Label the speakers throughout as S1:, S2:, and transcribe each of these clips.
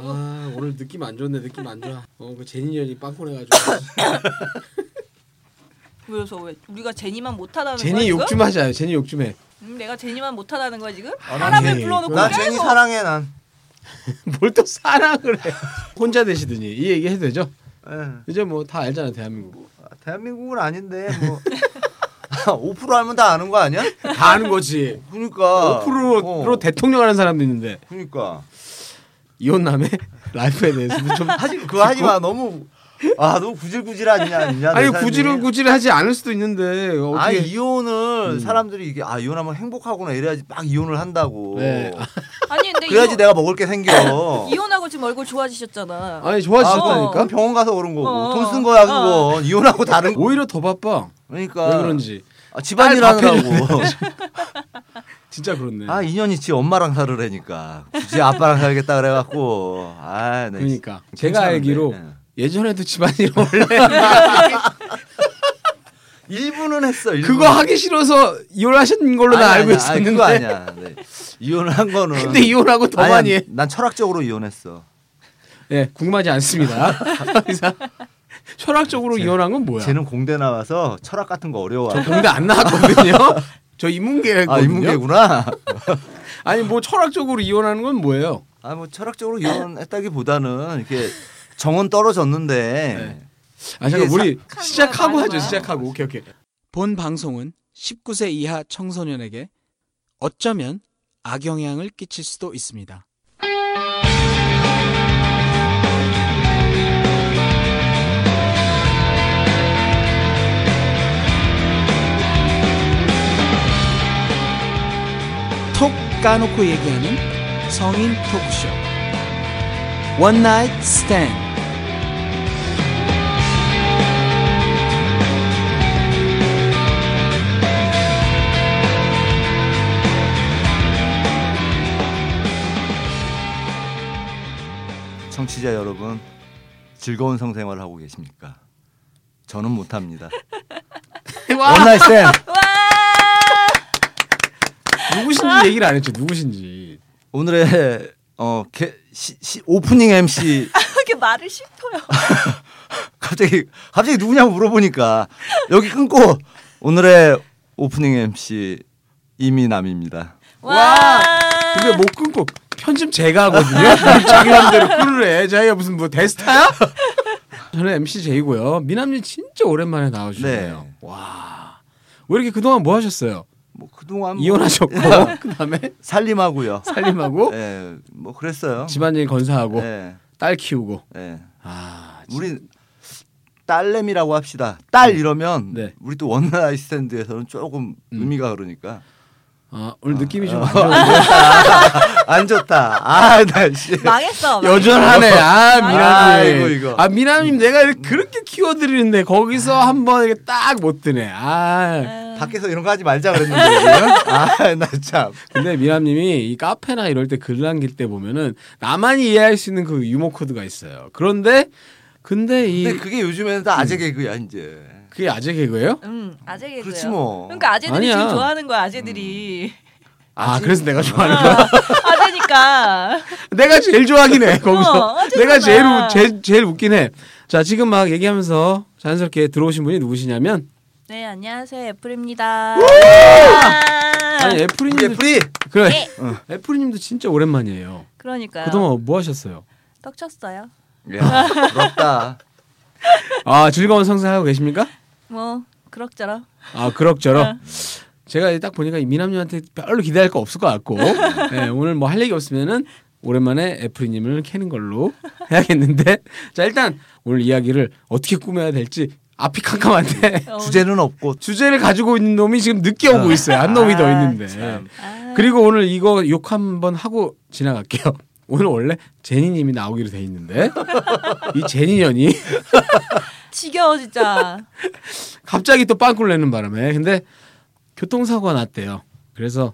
S1: 아, 오늘 느낌 안 좋네 느낌 안 좋아. 어그 제니년이 빵꾸내가지고.
S2: 그래서 왜 우리가 제니만 못하다는 거야
S1: 제니 욕
S2: 지금?
S1: 좀 하자. 제니 욕 좀 해.
S2: 음, 내가 제니만 못하다는 거야 지금?
S3: 아, 난
S2: 사람을
S1: 제니.
S2: 불러놓고
S3: 나
S2: 계속
S3: 제니 사랑해 난.
S1: 뭘 또 사랑을 해. 혼자 되시더니 이 얘기 해도 되죠?
S3: 예.
S1: 이제 뭐 다 알잖아 대한민국.
S3: 아, 대한민국은 아닌데 뭐. 5% 알면 다 아는 거 아니야?
S1: 다 아는 거지.
S3: 그러니까.
S1: 5%로 어, 대통령 하는 사람도 있는데
S3: 그러니까.
S1: 이혼남의 라이프에 대해서도 좀
S3: 하지 그거 하지 마 너무 아 너무 구질구질하냐 아니냐 내
S1: 아니
S3: 삶이.
S1: 구질을 구질하지 않을 수도 있는데 어떻게
S3: 아 이혼을 사람들이 이게 아 이혼하면 행복하구나 이래야지 막 이혼을 한다고
S1: 네.
S2: 아니 근데
S3: 그래야지
S2: 이혼,
S3: 내가 뭐- 먹을 게 생겨
S2: 이혼하고 지금 얼굴 좋아지셨잖아
S1: 아니
S2: 아,
S1: 좋아지셨다니까
S3: 그건 병원 가서 그런 거고
S2: 어,
S3: 돈 쓴 거야 그건
S2: 어.
S3: 이혼하고 다른 거
S1: 오히려 더 바빠
S3: 그러니까
S1: 왜 그런지
S3: 아, 집안일
S1: 딸 밥해
S3: 하느라고
S1: 진짜 그렇네
S3: 아 인연이 지 엄마랑 살으래니까 굳이 아빠랑 살겠다 그래갖고 아 네.
S1: 그러니까
S3: 괜찮은데.
S1: 제가 알기로
S3: 네.
S1: 예전에도 집안일 원래
S3: 일부는 했어 일부.
S1: 그거 하기 싫어서 이혼하신 걸로 나 알고
S3: 아니,
S1: 있었는데
S3: 그거 아니야 네. 이혼을 한 거는
S1: 근데 이혼하고 더
S3: 아니,
S1: 많이 해.
S3: 난 철학적으로 이혼했어.
S1: 예, 궁금하지 않습니다. 이상. 철학적으로
S3: 쟤-
S1: 이혼한 건 뭐야?
S3: 쟤는 공대 나와서 철학 같은 거 어려워.
S1: 저 공대 안 나왔거든요. 저 인문계거든요.
S3: 아 인문계구나.
S1: 아니 뭐 철학적으로 이혼하는 건 뭐예요?
S3: 아 뭐 철학적으로 이혼했다기보다는 이렇게 정원 떨어졌는데
S1: 아 잠깐
S3: 이게
S1: 우리
S2: 착한
S1: 시작하고
S2: 거야,
S1: 하죠.
S2: 맞아.
S1: 시작하고 오케이 오케이.
S4: 본 방송은 19세 이하 청소년에게 어쩌면 악영향을 끼칠 수도 있습니다. 톡 까놓고 얘기하는 성인 토크쇼 원나잇 스탠드
S3: 청취자 여러분 즐거운 성생활을 하고 계십니까? 저는 못합니다.
S1: 와
S3: 원나잇 쌤
S2: 와
S1: 누구신지 얘기를 안 했죠. 누구신지.
S3: 오늘의 어 게, 시, 시, 오프닝 MC
S2: 그렇게 말을 씹어요
S3: 갑자기 갑자기 누구냐고 물어보니까 여기 끊고 오늘의 오프닝 MC 이미남입니다.
S2: 와, 아.
S1: 근데
S3: 뭐-
S1: 못 끊고 편집 제가 하거든요. 자기 맘대로 꿀을 해. 자기가 무슨 뭐 데스타야? 저는 MC 제이고요. 미남님 진짜 오랜만에 나와주셨네요.
S3: 네.
S1: 와. 왜 이렇게 그동안 뭐 하셨어요?
S3: 뭐 그동안 뭐
S1: 이혼하셨고 그다음에
S3: 살림하고요.
S1: 살림하고
S3: 예, 뭐 그랬어요.
S1: 집안일 건사하고
S3: 예,
S1: 딸 키우고.
S3: 예.
S1: 아, 진짜.
S3: 우리 딸내미라고 합시다. 딸 이러면
S1: 네. 음.
S3: 우리 또 원나잇스탠드에서는 조금 의미가 그러니까
S1: 아, 오늘 느낌이 좀 안 좋은데.
S3: 안 좋다. 아, 날씨.
S2: 망했어
S1: 여전하네. 아, 미남님.
S3: 아이고, 이거. 음.
S1: 아, 미남님 내가 이렇게 그렇게 키워 드리는데 거기서 한번 이렇게 딱 못 드네. 아.
S3: 밖에서 이런 거 하지 말자 그랬는데. 우리는. 아, 나 참.
S1: 근데 미남님이 이 카페나 이럴 때 글 남길 때 보면은 나만 이해할 수 있는 그 유머 코드가 있어요. 그런데 근데 이 음.
S3: 근데 그게 요즘에는 다 아재 개그야 이제.
S1: 그게 아재 개그예요?
S2: 음 아재겠어요
S3: 그렇지 뭐.
S2: 그러니까 아재들이
S1: 아니야.
S2: 지금 좋아하는 거야 아재들이
S1: 아, 그래서 어. 내가
S3: 음.
S1: 좋아하는 거야.
S2: 아, 아재니까
S1: 내가 제일 좋아하긴 해. 거기서
S2: 어, 어쨌거나.
S1: 내가 제일 우- 제, 제일 웃긴 해. 자 지금 막 얘기하면서 자연스럽게 들어오신 분이 누구시냐면
S2: 네 안녕하세요 애플입니다 아!
S1: 아니
S3: 이게
S1: 애프리님도
S3: 프리.
S1: 그래 어.
S2: 네.
S1: 애프리님도 진짜 오랜만이에요.
S2: 그러니까요
S1: 그동안 뭐 하셨어요?
S2: 떡 쳤어요
S3: 야, 부럽다.
S1: 아 즐거운 성사하고 계십니까?
S2: 뭐 그럭저럭
S1: 아 그럭저럭. 제가 딱 보니까 이 미남님한테 별로 기대할 거 없을 것 같고 예, 오늘 뭐 할 얘기 없으면은 오랜만에 애프리님을 캐는 걸로 해야겠는데 자 일단 오늘 이야기를 어떻게 꾸며야 될지 앞이 캄캄한데
S2: 어,
S3: 주제는 없고.
S1: 주제를 가지고 있는 놈이 지금 늦게 오고 있어요 한 놈이 더 있는데 예.
S2: 아,
S1: 그리고 오늘 이거 욕 한번 하고 지나갈게요 오늘 원래 제니님이 나오기로 돼 있는데 이 제니년이
S2: 지겨워 진짜
S1: 갑자기 또 빵꾸를 내는 바람에 근데 교통사고가 났대요. 그래서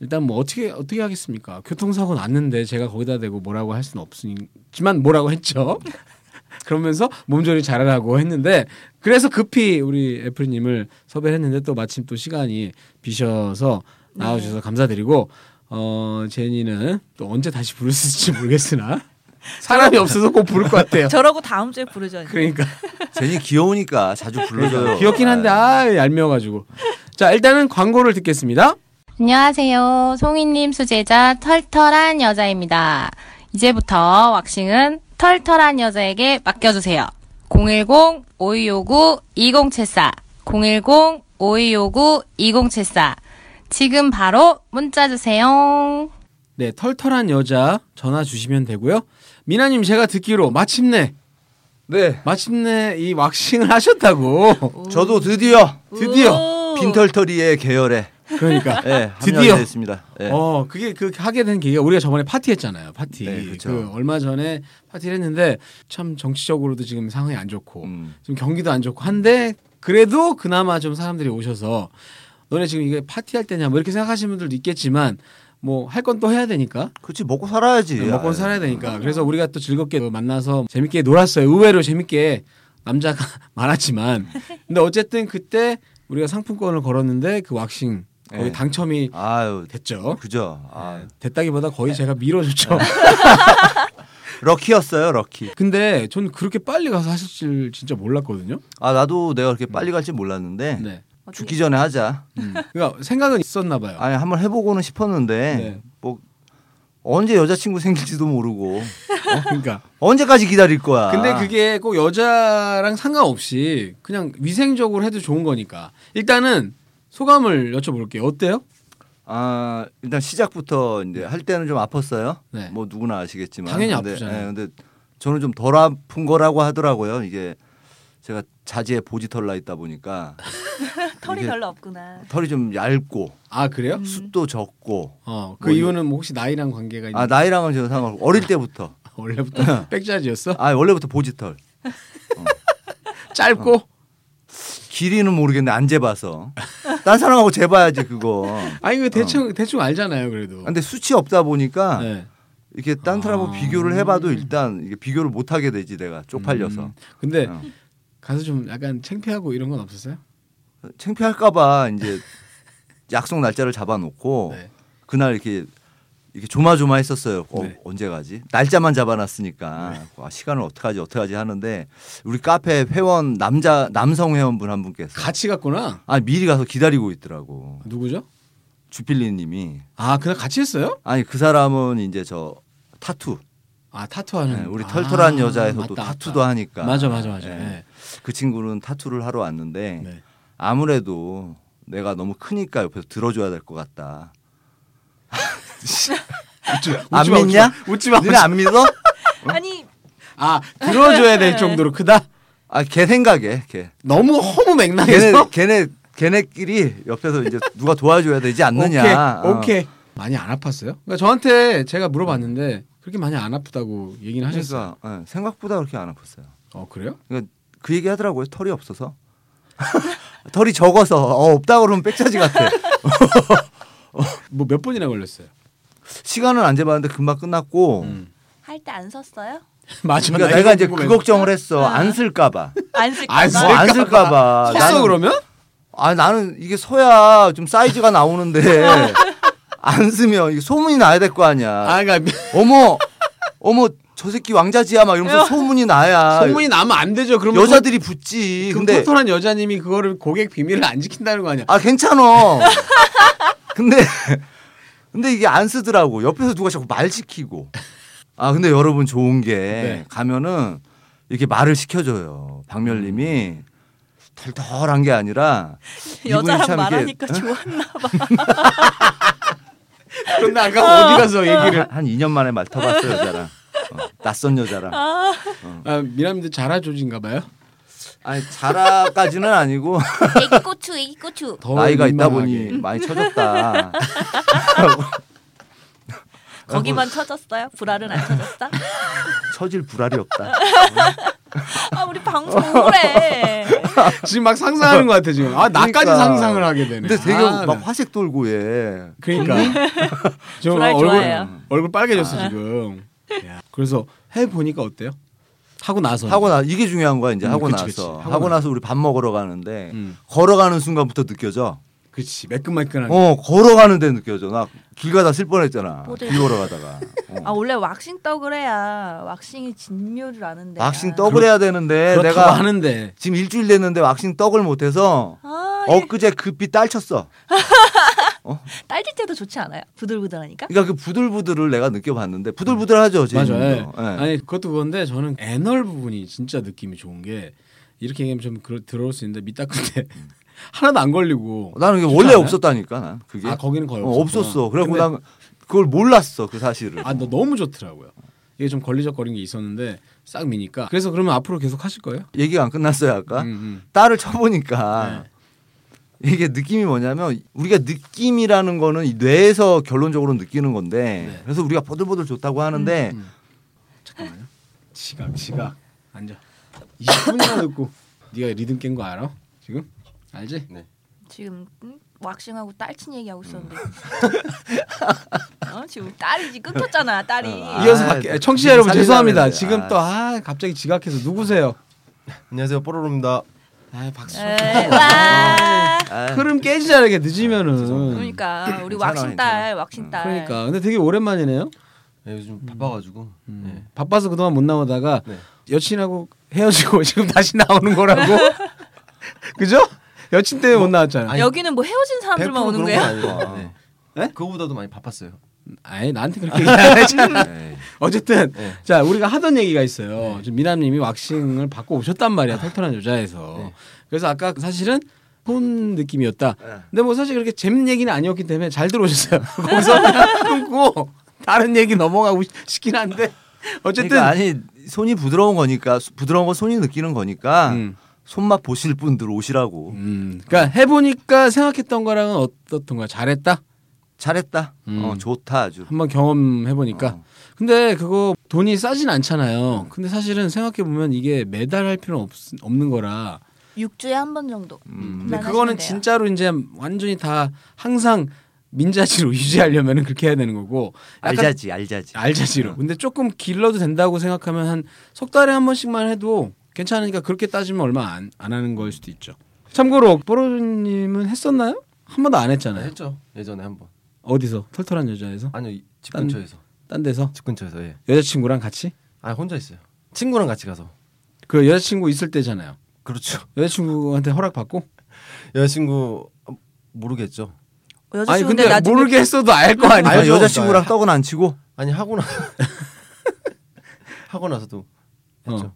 S1: 일단 뭐 어떻게 어떻게 하겠습니까? 교통사고 났는데 제가 거기다 대고 뭐라고 할 수는 없으니지만 뭐라고 했죠. 그러면서 몸조리 잘하라고 했는데 그래서 급히 우리 애플님을 섭외했는데 또 마침 또 시간이 비셔서 나와주셔서 감사드리고 어 제니는 또 언제 다시 부를 수 있을지 모르겠으나 사람이 없어서 꼭 부를 것 같아요.
S2: 저러고 다음 주에 부르죠. 이제.
S1: 그러니까
S3: 제니 귀여우니까 자주 불러줘요.
S1: 귀엽긴 한데 아 얄미워가지고. 자 일단은 광고를 듣겠습니다.
S5: 안녕하세요. 송이님 수제자 털털한 여자입니다. 이제부터 왁싱은 털털한 여자에게 맡겨주세요. 010-5259-2074. 010-5259-2074. 지금 바로 문자 주세요.
S1: 네 털털한 여자 전화 주시면 되고요. 미나님 제가 듣기로 마침내
S3: 네.
S1: 마침내 이 왁싱을 하셨다고.
S3: 저도 드디어
S1: 드디어
S2: 오.
S3: 빈털터리의 계열에
S1: 그러니까
S3: 예,
S1: 드디어.
S3: 합류했습니다. 예.
S1: 어 그게 그 하게 된 계기가 우리가 저번에 파티했잖아요 파티
S3: 네, 그쵸.
S1: 그 얼마 전에 파티를 했는데 참 정치적으로도 지금 상황이 안 좋고
S3: 음.
S1: 지금 경기도 안 좋고 한데 그래도 그나마 좀 사람들이 오셔서 너네 지금 이게 파티할 때냐 뭐 이렇게 생각하시는 분들도 있겠지만 뭐 할 건 또 해야 되니까 뭐
S3: 그렇지 먹고 살아야지.
S1: 네, 먹고
S3: 아,
S1: 살아야 되니까 그래서 우리가 또 즐겁게 만나서 재밌게 놀았어요 의외로 재밌게 남자가 많았지만 근데 어쨌든 그때 우리가 상품권을 걸었는데 그 왁싱 거의
S3: 네.
S1: 당첨이
S3: 아유,
S1: 됐죠
S3: 그죠. 아,
S1: 네. 됐다기보다 거의 제가
S3: 네.
S1: 밀어줬죠.
S3: 럭키였어요, 럭키.
S1: 근데 저는 그렇게 빨리 가서 하실 줄 진짜 몰랐거든요.
S3: 아 나도 내가 그렇게 빨리 갈지 몰랐는데
S1: 음. 네.
S2: 어떻게-
S3: 죽기 전에 하자.
S1: 그러니까 생각은 있었나 봐요.
S3: 아니 한번 해보고는 싶었는데
S1: 네.
S3: 뭐 언제 여자친구 생길지도 모르고
S1: 어, 그러니까.
S3: 언제까지 기다릴 거야.
S1: 근데 그게 꼭 여자랑 상관없이 그냥 위생적으로 해도 좋은 거니까. 일단은 소감을 여쭤볼게요. 어때요?
S3: 아 일단 시작부터 이제 할 때는 좀 아팠어요.
S1: 네.
S3: 뭐 누구나 아시겠지만
S1: 당연히
S3: 근데,
S1: 아프잖아요.
S3: 예, 근데 저는 좀 덜 아픈 거라고 하더라고요. 이게 제가 자지에 보지털 나 있다 보니까
S2: 털이
S3: 이게-
S2: 별로 없구나.
S3: 털이 좀 얇고
S1: 아 그래요?
S3: 숱도 적고
S1: 어. 그
S3: 음. 뭐 이-
S1: 이유는 뭐 혹시 나이랑 관계가 있는?
S3: 아 나이랑은 전혀 상관없고 어릴 때부터
S1: 원래부터 백자지였어?
S3: 아 원래부터 보지털 어.
S1: 짧고
S3: 길이는 모르겠는데 안 재봐서 딴 사람하고 재봐야지 그거.
S1: 아니 그 대충 대충 알잖아요 그래도.
S3: 어. 근데 아, 수치 없다 보니까
S1: 네. 아.
S3: 이렇게 딴 사람하고 비교를 해봐도 일단 이게 비교를 못 하게 되지 내가 쪽팔려서
S1: 음. 근데
S3: 어.
S1: 가서 좀 약간 창피하고 이런 건 없었어요?
S3: 창피할까봐 이제 약속 날짜를 잡아놓고
S1: 네.
S3: 그날 이렇게 이렇게 조마조마했었어요. 어,
S1: 네.
S3: 언제 가지? 날짜만 잡아놨으니까 와, 시간을 어떻게 하지 어떻게 하지 하는데 우리 카페 회원 남자 남성 회원분 한 분께서
S1: 같이 갔구나.
S3: 아 미리 가서 기다리고 있더라고
S1: 누구죠?
S3: 주필리님이
S1: 아 그날 같이 했어요?
S3: 아니 그 사람은 이제 저 타투
S1: 아 타투하는
S3: 네, 우리
S1: 아,
S3: 털털한 여자에서 도
S1: 맞다,
S3: 타투도
S1: 맞다.
S3: 하니까
S1: 맞아 맞아 맞아.
S3: 예.
S1: 네.
S3: 그 친구는 타투를 하러 왔는데
S1: 네.
S3: 아무래도 내가 너무 크니까 옆에서 들어줘야 될 것 같다.
S1: 웃지 마,
S3: 안
S1: 웃지 마,
S3: 믿냐?
S1: 웃지 마. 웃지
S3: 너네
S1: 마.
S3: 안 믿어?
S2: 아니
S1: 아 들어줘야 될 정도로 크다.
S3: 아걔 생각에 걔.
S1: 너무 허무
S3: 걔네
S1: 맥락에서.
S3: 걔네 걔네끼리 옆에서 이제 누가 도와줘야 되지 않느냐.
S1: 오케이
S3: 어.
S1: 오케이. 많이 안 아팠어요? 그러니까 저한테 제가 물어봤는데 그렇게 많이 안 아프다고 얘기는 하셨어요.
S3: 그러니까 예, 생각보다 그렇게 안 아팠어요.
S1: 어 그래요?
S3: 그러니까 그 얘기 하더라고요. 털이 없어서. 털이 적어서 어, 없다 그러면 백자지 같아.
S1: 뭐 몇 번이나 걸렸어요?
S3: 시간은 안 재봤는데 금방 끝났고.
S2: 할 때 안 썼어요?
S1: 맞아.
S3: 그러니까
S1: 음. 나
S3: 내가
S1: 이거
S3: 이제 그
S1: 궁금해.
S3: 걱정을 했어. 안 쓸까봐.
S2: 안 쓸까?
S1: 안
S2: 봐?
S1: 쓸-
S3: 아, 뭐안 쓸까봐.
S1: 컸어 그러면?
S3: 아 나는 이게 서야 좀 사이즈가 나오는데 안 쓰면 이게 소문이 나야 될 거 아니야.
S1: 아 그러니까
S3: 어머 어머 저 새끼 왕자지야 막 이러면서 소문이 나야.
S1: 소문이 나면 안 되죠. 그러면
S3: 아, 여자들이 붙지.
S1: 그
S3: 근데
S1: 털털한 여자님이 그거를 고객 비밀을 안 지킨다는 거 아니야?
S3: 아 괜찮아. 근데 근데 이게 안 쓰더라고. 옆에서 누가 자꾸 말 시키고. 아 근데 여러분 좋은 게
S1: 네.
S3: 가면은 이렇게 말을 시켜줘요. 박멸님이 털털한 게 아니라 이분이 참
S2: 여자랑
S3: 이렇게 어?
S2: 말하니까 좋았나 봐.
S1: 그런데 아까 어디 가서 얘기를
S3: 한 2년 만에 맡아봤어요 여자랑 어, 낯선 여자랑
S1: 아, 미남들 자라 조지인가 봐요.
S3: 아니 자라까지는 아니고
S5: 애기고추, 애기고추.
S1: 더
S3: 나이가 있다
S1: 민망하게.
S3: 보니 많이 쳐졌다
S2: 거기만 쳐졌어요? 불알은 안 쳐졌어?
S3: 처질 불알이 없다
S2: 아 우리 방송 오래.
S1: 지금 막 상상하는 것 같아 지금. 아 나까지
S3: 그러니까.
S1: 상상을 하게 되네.
S3: 근데 되게
S1: 아,
S3: 막
S1: 네.
S3: 화색 돌고 얘
S1: 그러니까 저
S2: 불알
S1: 얼굴
S2: 좋아해요.
S1: 얼굴 빨개졌어 지금. 야, 그래서 해 보니까 어때요? 하고 나서
S3: 하고 나 이게 중요한 거야 이제
S1: 음,
S3: 하고
S1: 그치,
S3: 나서
S1: 그치. 하고
S3: 하고,
S1: 나서.
S3: 나서 우리 밥 먹으러 가는데
S1: 음.
S3: 걸어가는 순간부터 느껴져
S1: 그렇지 매끈매끈하게.
S3: 어 걸어가는데 느껴져. 나 길 가다 쓸 뻔했잖아.
S2: 뭐지?
S3: 길 걸어가다가. 어.
S2: 아 원래 왁싱 떡을 해야 왁싱이 진묘를 아는데.
S3: 왁싱 떡을 해야 되는데
S1: 그렇다고
S3: 네, 내가
S1: 하는데
S3: 지금 일주일 됐는데 왁싱 떡을 못해서
S2: 아, 예.
S3: 엊그제 급히 딸쳤어.
S2: 딸질 때도 좋지 않아요? 부들부들하니까.
S3: 그러니까 그 부들부들을 내가 느껴봤는데 부들부들하죠. 제
S1: 맞아요. 예.
S3: 몸도. 예.
S1: 아니 그것도 그건데 저는 애널 부분이 진짜 느낌이 좋은 게 이렇게 얘기하면 좀 그럴, 들어올 수 있는데 밑다 끝에 하나도 안 걸리고.
S3: 음. 나는 이게
S1: 좋지
S3: 원래
S1: 않아요?
S3: 없었다니까 난 그게
S1: 아 거기는 거의
S3: 어,
S1: 없었구나.
S3: 없었어. 그래갖고
S1: 근데
S3: 난 그걸 몰랐어 그 사실을.
S1: 아, 너 너무 좋더라고요. 이게 좀 걸리적거리는 게 있었는데 싹 미니까. 그래서 그러면 앞으로 계속 하실 거예요?
S3: 얘기가 안 끝났어요 아까.
S1: 음, 네. 음.
S3: 딸을 쳐보니까 이게 느낌이 뭐냐면 우리가 느낌이라는 거는 이 뇌에서 결론적으로 느끼는 건데
S1: 네.
S3: 그래서 우리가 보들보들 좋다고 하는데
S1: 음. 잠깐만요. 지각, 지각. 앉아. 20분이나 듣고. 네가 리듬 깬 거 알아? 지금? 알지?
S2: 지금 음? 왁싱하고 딸친 얘기하고 있었는데. 어? 지금 딸이 지금 끊겼잖아, 딸이.
S3: 어, 음. 아,
S1: 이어서 밖에 청취자
S3: 지금
S1: 여러분
S3: 살리려고
S1: 죄송합니다.
S3: 했는데.
S1: 지금
S3: 아.
S1: 또 네. 아, 갑자기 지각해서 누구세요?
S6: 안녕하세요 뽀로로입니다.
S1: 아, 박수. 좀.
S2: 에이, 와.
S3: 아,
S1: 흐름 깨지잖아, 이게 늦으면은.
S2: 그러니까 우리
S3: 괜찮아,
S2: 왁싱 딸, 왁싱 딸.
S1: 그러니까. 근데 되게 오랜만이네요.
S6: 네, 요즘 바빠가지고
S1: 음.
S6: 네.
S1: 바빠서 그동안 못 나오다가
S6: 네.
S1: 여친하고 헤어지고 지금 다시 나오는 거라고. 그죠? 여친 때문에 못 나왔잖아.
S6: 아니,
S2: 여기는 뭐 헤어진
S6: 100%
S2: 사람들만 오는
S6: 그런
S2: 거예요?
S6: 건 아니고, 네.
S1: 네?
S6: 그거보다도 많이 바빴어요.
S1: 아니 나한테 그렇게 얘기 안 했잖아.
S3: 그러니까
S1: 어쨌든
S6: 네.
S1: 자 우리가 하던 얘기가 있어요. 지금 미남님이 왁싱을 받고 오셨단 말이야 털털한 여자에서.
S6: 네.
S1: 그래서 아까 사실은 손 느낌이었다. 근데 뭐 사실 그렇게 재밌는 얘기는 아니었기 때문에 잘 들어오셨어요. 거기서 끊고 다른 얘기 넘어가고 시- 싶긴 한데 어쨌든
S3: 그러니까 아니 손이 부드러운 거니까 수- 부드러운 건 손이 느끼는 거니까
S1: 음.
S3: 손맛 보실 분들 오시라고
S1: 음, 그러니까 해보니까 생각했던 거랑은 어떻던가 잘했다.
S3: 잘했다.
S1: 음.
S3: 어, 좋다 아주.
S1: 한번 경험해보니까.
S3: 어.
S1: 근데 그거 돈이 싸진 않잖아요. 근데 사실은 생각해보면 이게 매달 할 필요는 없, 없는 거라.
S2: 6주에 한 번 정도.
S3: 음.
S1: 근데
S2: 안
S1: 그거는
S2: 하시면 돼요.
S1: 진짜로 이제 완전히 다 항상 민자지로 유지하려면 그렇게 해야 되는 거고. 약간
S3: 알자지 어. 알자지.
S1: 알자지로. 근데 조금 길러도 된다고 생각하면 한 석 달에 한 번씩만 해도 괜찮으니까 그렇게 따지면 얼마 안, 안 하는 걸 수도 있죠. 참고로 뽀로님은 했었나요? 한 번도 안
S6: 네,
S1: 했잖아요.
S6: 했죠 예전에 한번
S1: 어디서? 털털한 여자에서?
S6: 아니요 이- 집
S1: 딴-
S6: 근처에서
S1: 딴 데서?
S6: 집 근처에서 예.
S1: 여자친구랑 같이?
S6: 아 혼자 있어요. 친구랑 같이 가서
S1: 그 여자친구 있을 때잖아요.
S6: 그렇죠.
S1: 여자친구한테 허락받고?
S6: 여자친구 아, 모르겠죠.
S2: 뭐 여자친구
S1: 아니 근데
S2: 나중에
S1: 모르게 했어도 알 거 아니야.
S3: 아니
S6: 알죠.
S3: 여자친구랑 떡은 안 치고
S6: 아니 하고 나 하고 나서도 했죠.
S1: 어.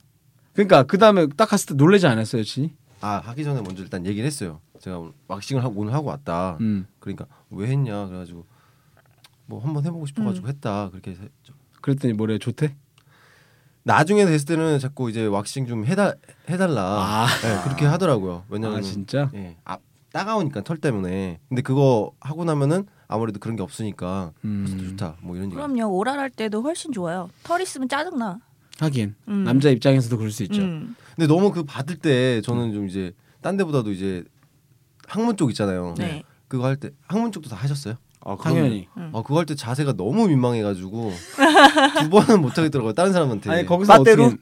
S1: 그러니까 그 다음에 딱 갔을 때 놀래지 않았어요, 여친이?
S6: 아 하기 전에 먼저 일단 얘기를 했어요. 제가 오늘 왁싱을 하고 오늘 하고 왔다.
S1: 음.
S6: 그러니까 왜 했냐 그래가지고 뭐 한번 해보고 싶어가지고 했다 그렇게 해서 했죠.
S1: 그랬더니 뭐래 좋대?
S6: 나중에 됐을 때는 자꾸 이제 왁싱 좀 해달 해달라
S1: 아.
S6: 네, 그렇게 하더라고요. 왜냐면
S1: 아 진짜?
S6: 예, 아, 따가우니까 털 때문에. 근데 그거 하고 나면은 아무래도 그런 게 없으니까
S1: 음.
S6: 훨씬 좋다. 뭐 이런 얘기.
S2: 그럼요. 오랄할 때도 훨씬 좋아요. 털 있으면 짜증 나.
S1: 하긴
S2: 음.
S1: 남자 입장에서도 그럴 수 있죠.
S2: 음.
S6: 근데 너무 그 받을 때 저는 좀 이제 딴 데보다도 이제 항문 쪽 있잖아요.
S2: 네.
S6: 그거 할 때 항문 쪽도 다 하셨어요?
S3: 아, 그럼요.
S1: 당연히.
S2: 음.
S6: 어, 그거 할 때 자세가 너무 민망해가지고 두 번은 못 하겠더라고요. 다른 사람한테.
S1: 아니 거기서
S3: 빠떼로?
S1: 어떻게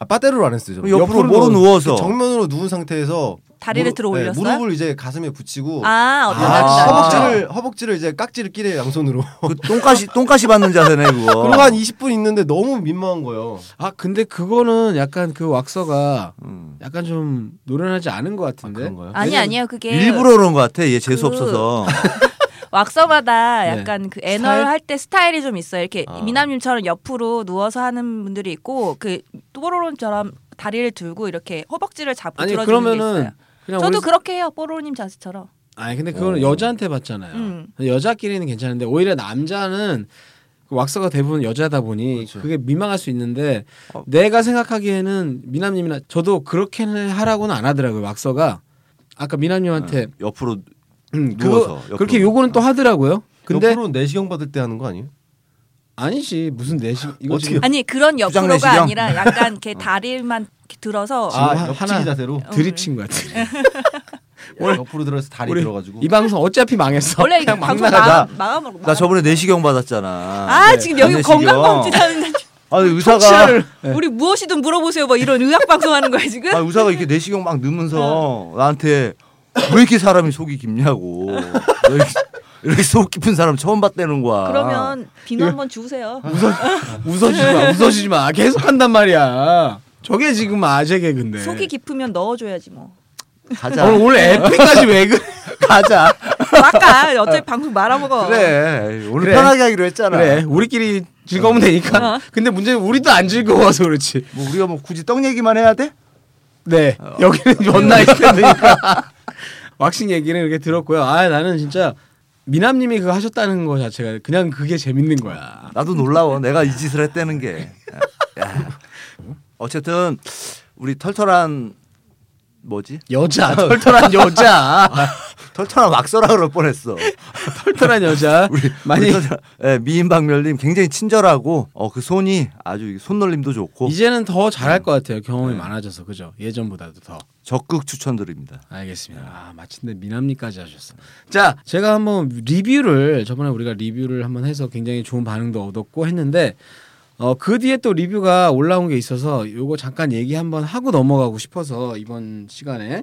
S6: 아, 빠떼로 안 했어요. 저는.
S3: 옆으로, 모로
S6: 누워-
S3: 누워서
S6: 정면으로 누운 상태에서
S2: 다리를
S6: 무릎-
S2: 들어
S6: 네,
S2: 올렸어요?
S6: 무릎을 이제 가슴에 붙이고
S2: 아, 어떤
S6: 아,
S2: 남자?
S6: 허벅지를 허벅지를 이제 깍지를 끼래 양손으로.
S3: 그 똥까시 똥까시 받는 자세네 그거.
S6: 그러고 한 20분 있는데 너무 민망한 거예요.
S1: 아 근데 그거는 약간 그 왁서가
S3: 음.
S1: 약간 좀 노련하지 않은 것 같은데.
S6: 그런가요?
S2: 아니
S1: 왜냐면-
S2: 아니에요. 그게
S3: 일부러 그런 것 같아. 얘 재수
S2: 그-
S3: 없어서.
S2: 왁서마다
S1: 네.
S2: 약간 그 애널 할 때 스타일이 좀 있어요. 이렇게
S6: 아.
S2: 미남님처럼 옆으로 누워서 하는 분들이 있고 그 뽀로로님처럼 다리를 들고 이렇게 허벅지를 잡고
S1: 아니
S2: 들어주는 게
S1: 그러면은
S2: 있어요.
S1: 그냥
S2: 저도
S1: 우리-
S2: 그렇게 해요. 뽀로로님 자세처럼.
S1: 아니
S6: 어.
S1: 근데 그거는 여자한테 봤잖아요.
S2: 음.
S1: 근데 여자끼리는 괜찮은데 오히려 남자는 그 왁서가 대부분 여자다 보니
S6: 그렇죠.
S1: 그게 민망할 수 있는데
S3: 어.
S1: 내가 생각하기에는 미남님이나 저도 그렇게는 하라고는 안 하더라고요. 왁서가 아까
S6: 네.
S1: 미남님한테
S3: 옆으로
S1: 음,
S3: 누워서,
S1: 그거,
S3: 옆으로.
S1: 그렇게 요거는 또 하더라고요. 근데
S6: 어. 옆으로 네 내시경 받을 때 하는 거 아니에요?
S1: 아니지 무슨 내식 이거 지금
S2: 아니 그런
S3: 주장
S2: 옆으로가
S3: 내시경?
S2: 아니라 약간
S3: 어.
S2: 이렇게 다리만 이렇게 들어서
S1: 아,
S6: 아, 옆치기
S1: 하나.
S6: 자세로
S2: 어.
S1: 드립친 것 같아.
S6: 야, 네. 옆으로 네, 들어서 다리
S1: 우리
S6: 들어가지고
S1: 이 방송 어차피 망했어.
S2: 원래 이거
S1: 그냥 막
S2: 방송
S1: 나가.
S3: 나가자.
S2: 마감 마감으로
S3: 나 저번에 내시경 받았잖아. 네.
S2: 아 지금 여기
S3: 내시경.
S2: 건강검진하는
S3: 아 의사가
S1: 청취자를
S3: 네.
S2: 우리 무엇이든 물어보세요. 뭐 이런 의학 방송하는 거야 지금?
S3: 아 의사가 이렇게 내시경 막 넣으면서 나한테 왜 이렇게 사람이 속이 깊냐고. 너 이렇게, 이렇게 속 깊은 사람 처음 봤다는 거야.
S2: 그러면 빙어 한번 주세요.
S1: 웃어주지 마, 웃어주지 마. 계속 한단 말이야. 저게 지금 아재 개근데.
S2: 속이
S3: 네.
S2: 깊으면 넣어줘야지 뭐.
S3: 가자.
S1: 오늘 오늘 에픽까지 어, 왜 그래?
S3: 가자.
S2: 아까 어차피 방송 말아먹어.
S3: 그래. 오늘
S1: 그래.
S3: 편하게 하기로 했잖아. 어.
S1: 그래, 우리끼리 즐거우면 되니까. 근데 문제는 우리도 안 즐거워서 그렇지.
S3: 뭐 우리가 뭐 굳이 떡 얘기만 해야 돼?
S1: 네,
S3: 어.
S1: 여기는 원나잇 스탠드니까. 왁싱 얘기는 이렇게 들었고요. 아, 나는 진짜 미남님이 그거 하셨다는 거 자체가 그냥 그게 재밌는 거야.
S3: 나도 놀라워. 내가 이 짓을 했다는 게. 야. 어쨌든 우리 털털한 뭐지?
S1: 여자, 털털한
S3: 아.
S1: 여자.
S3: 털털한 왁서라 그럴 뻔했어.
S1: 털털한 여자.
S3: 우리
S1: 많이
S3: 많이 미인박멸님 굉장히 친절하고 어 그 손이 아주 손놀림도 좋고
S1: 이제는 더 잘할 것 같아요. 경험이 많아져서 그죠? 예전보다도 더.
S3: 적극 추천드립니다.
S1: 알겠습니다. 아, 마침내 미남리까지 하셨어. 자, 제가 한번 리뷰를 저번에 우리가 리뷰를 한번 해서 굉장히 좋은 반응도 얻었고 했는데 어, 그 뒤에 또 리뷰가 올라온 게 있어서 요거 잠깐 얘기 한번 하고 넘어가고 싶어서 이번 시간에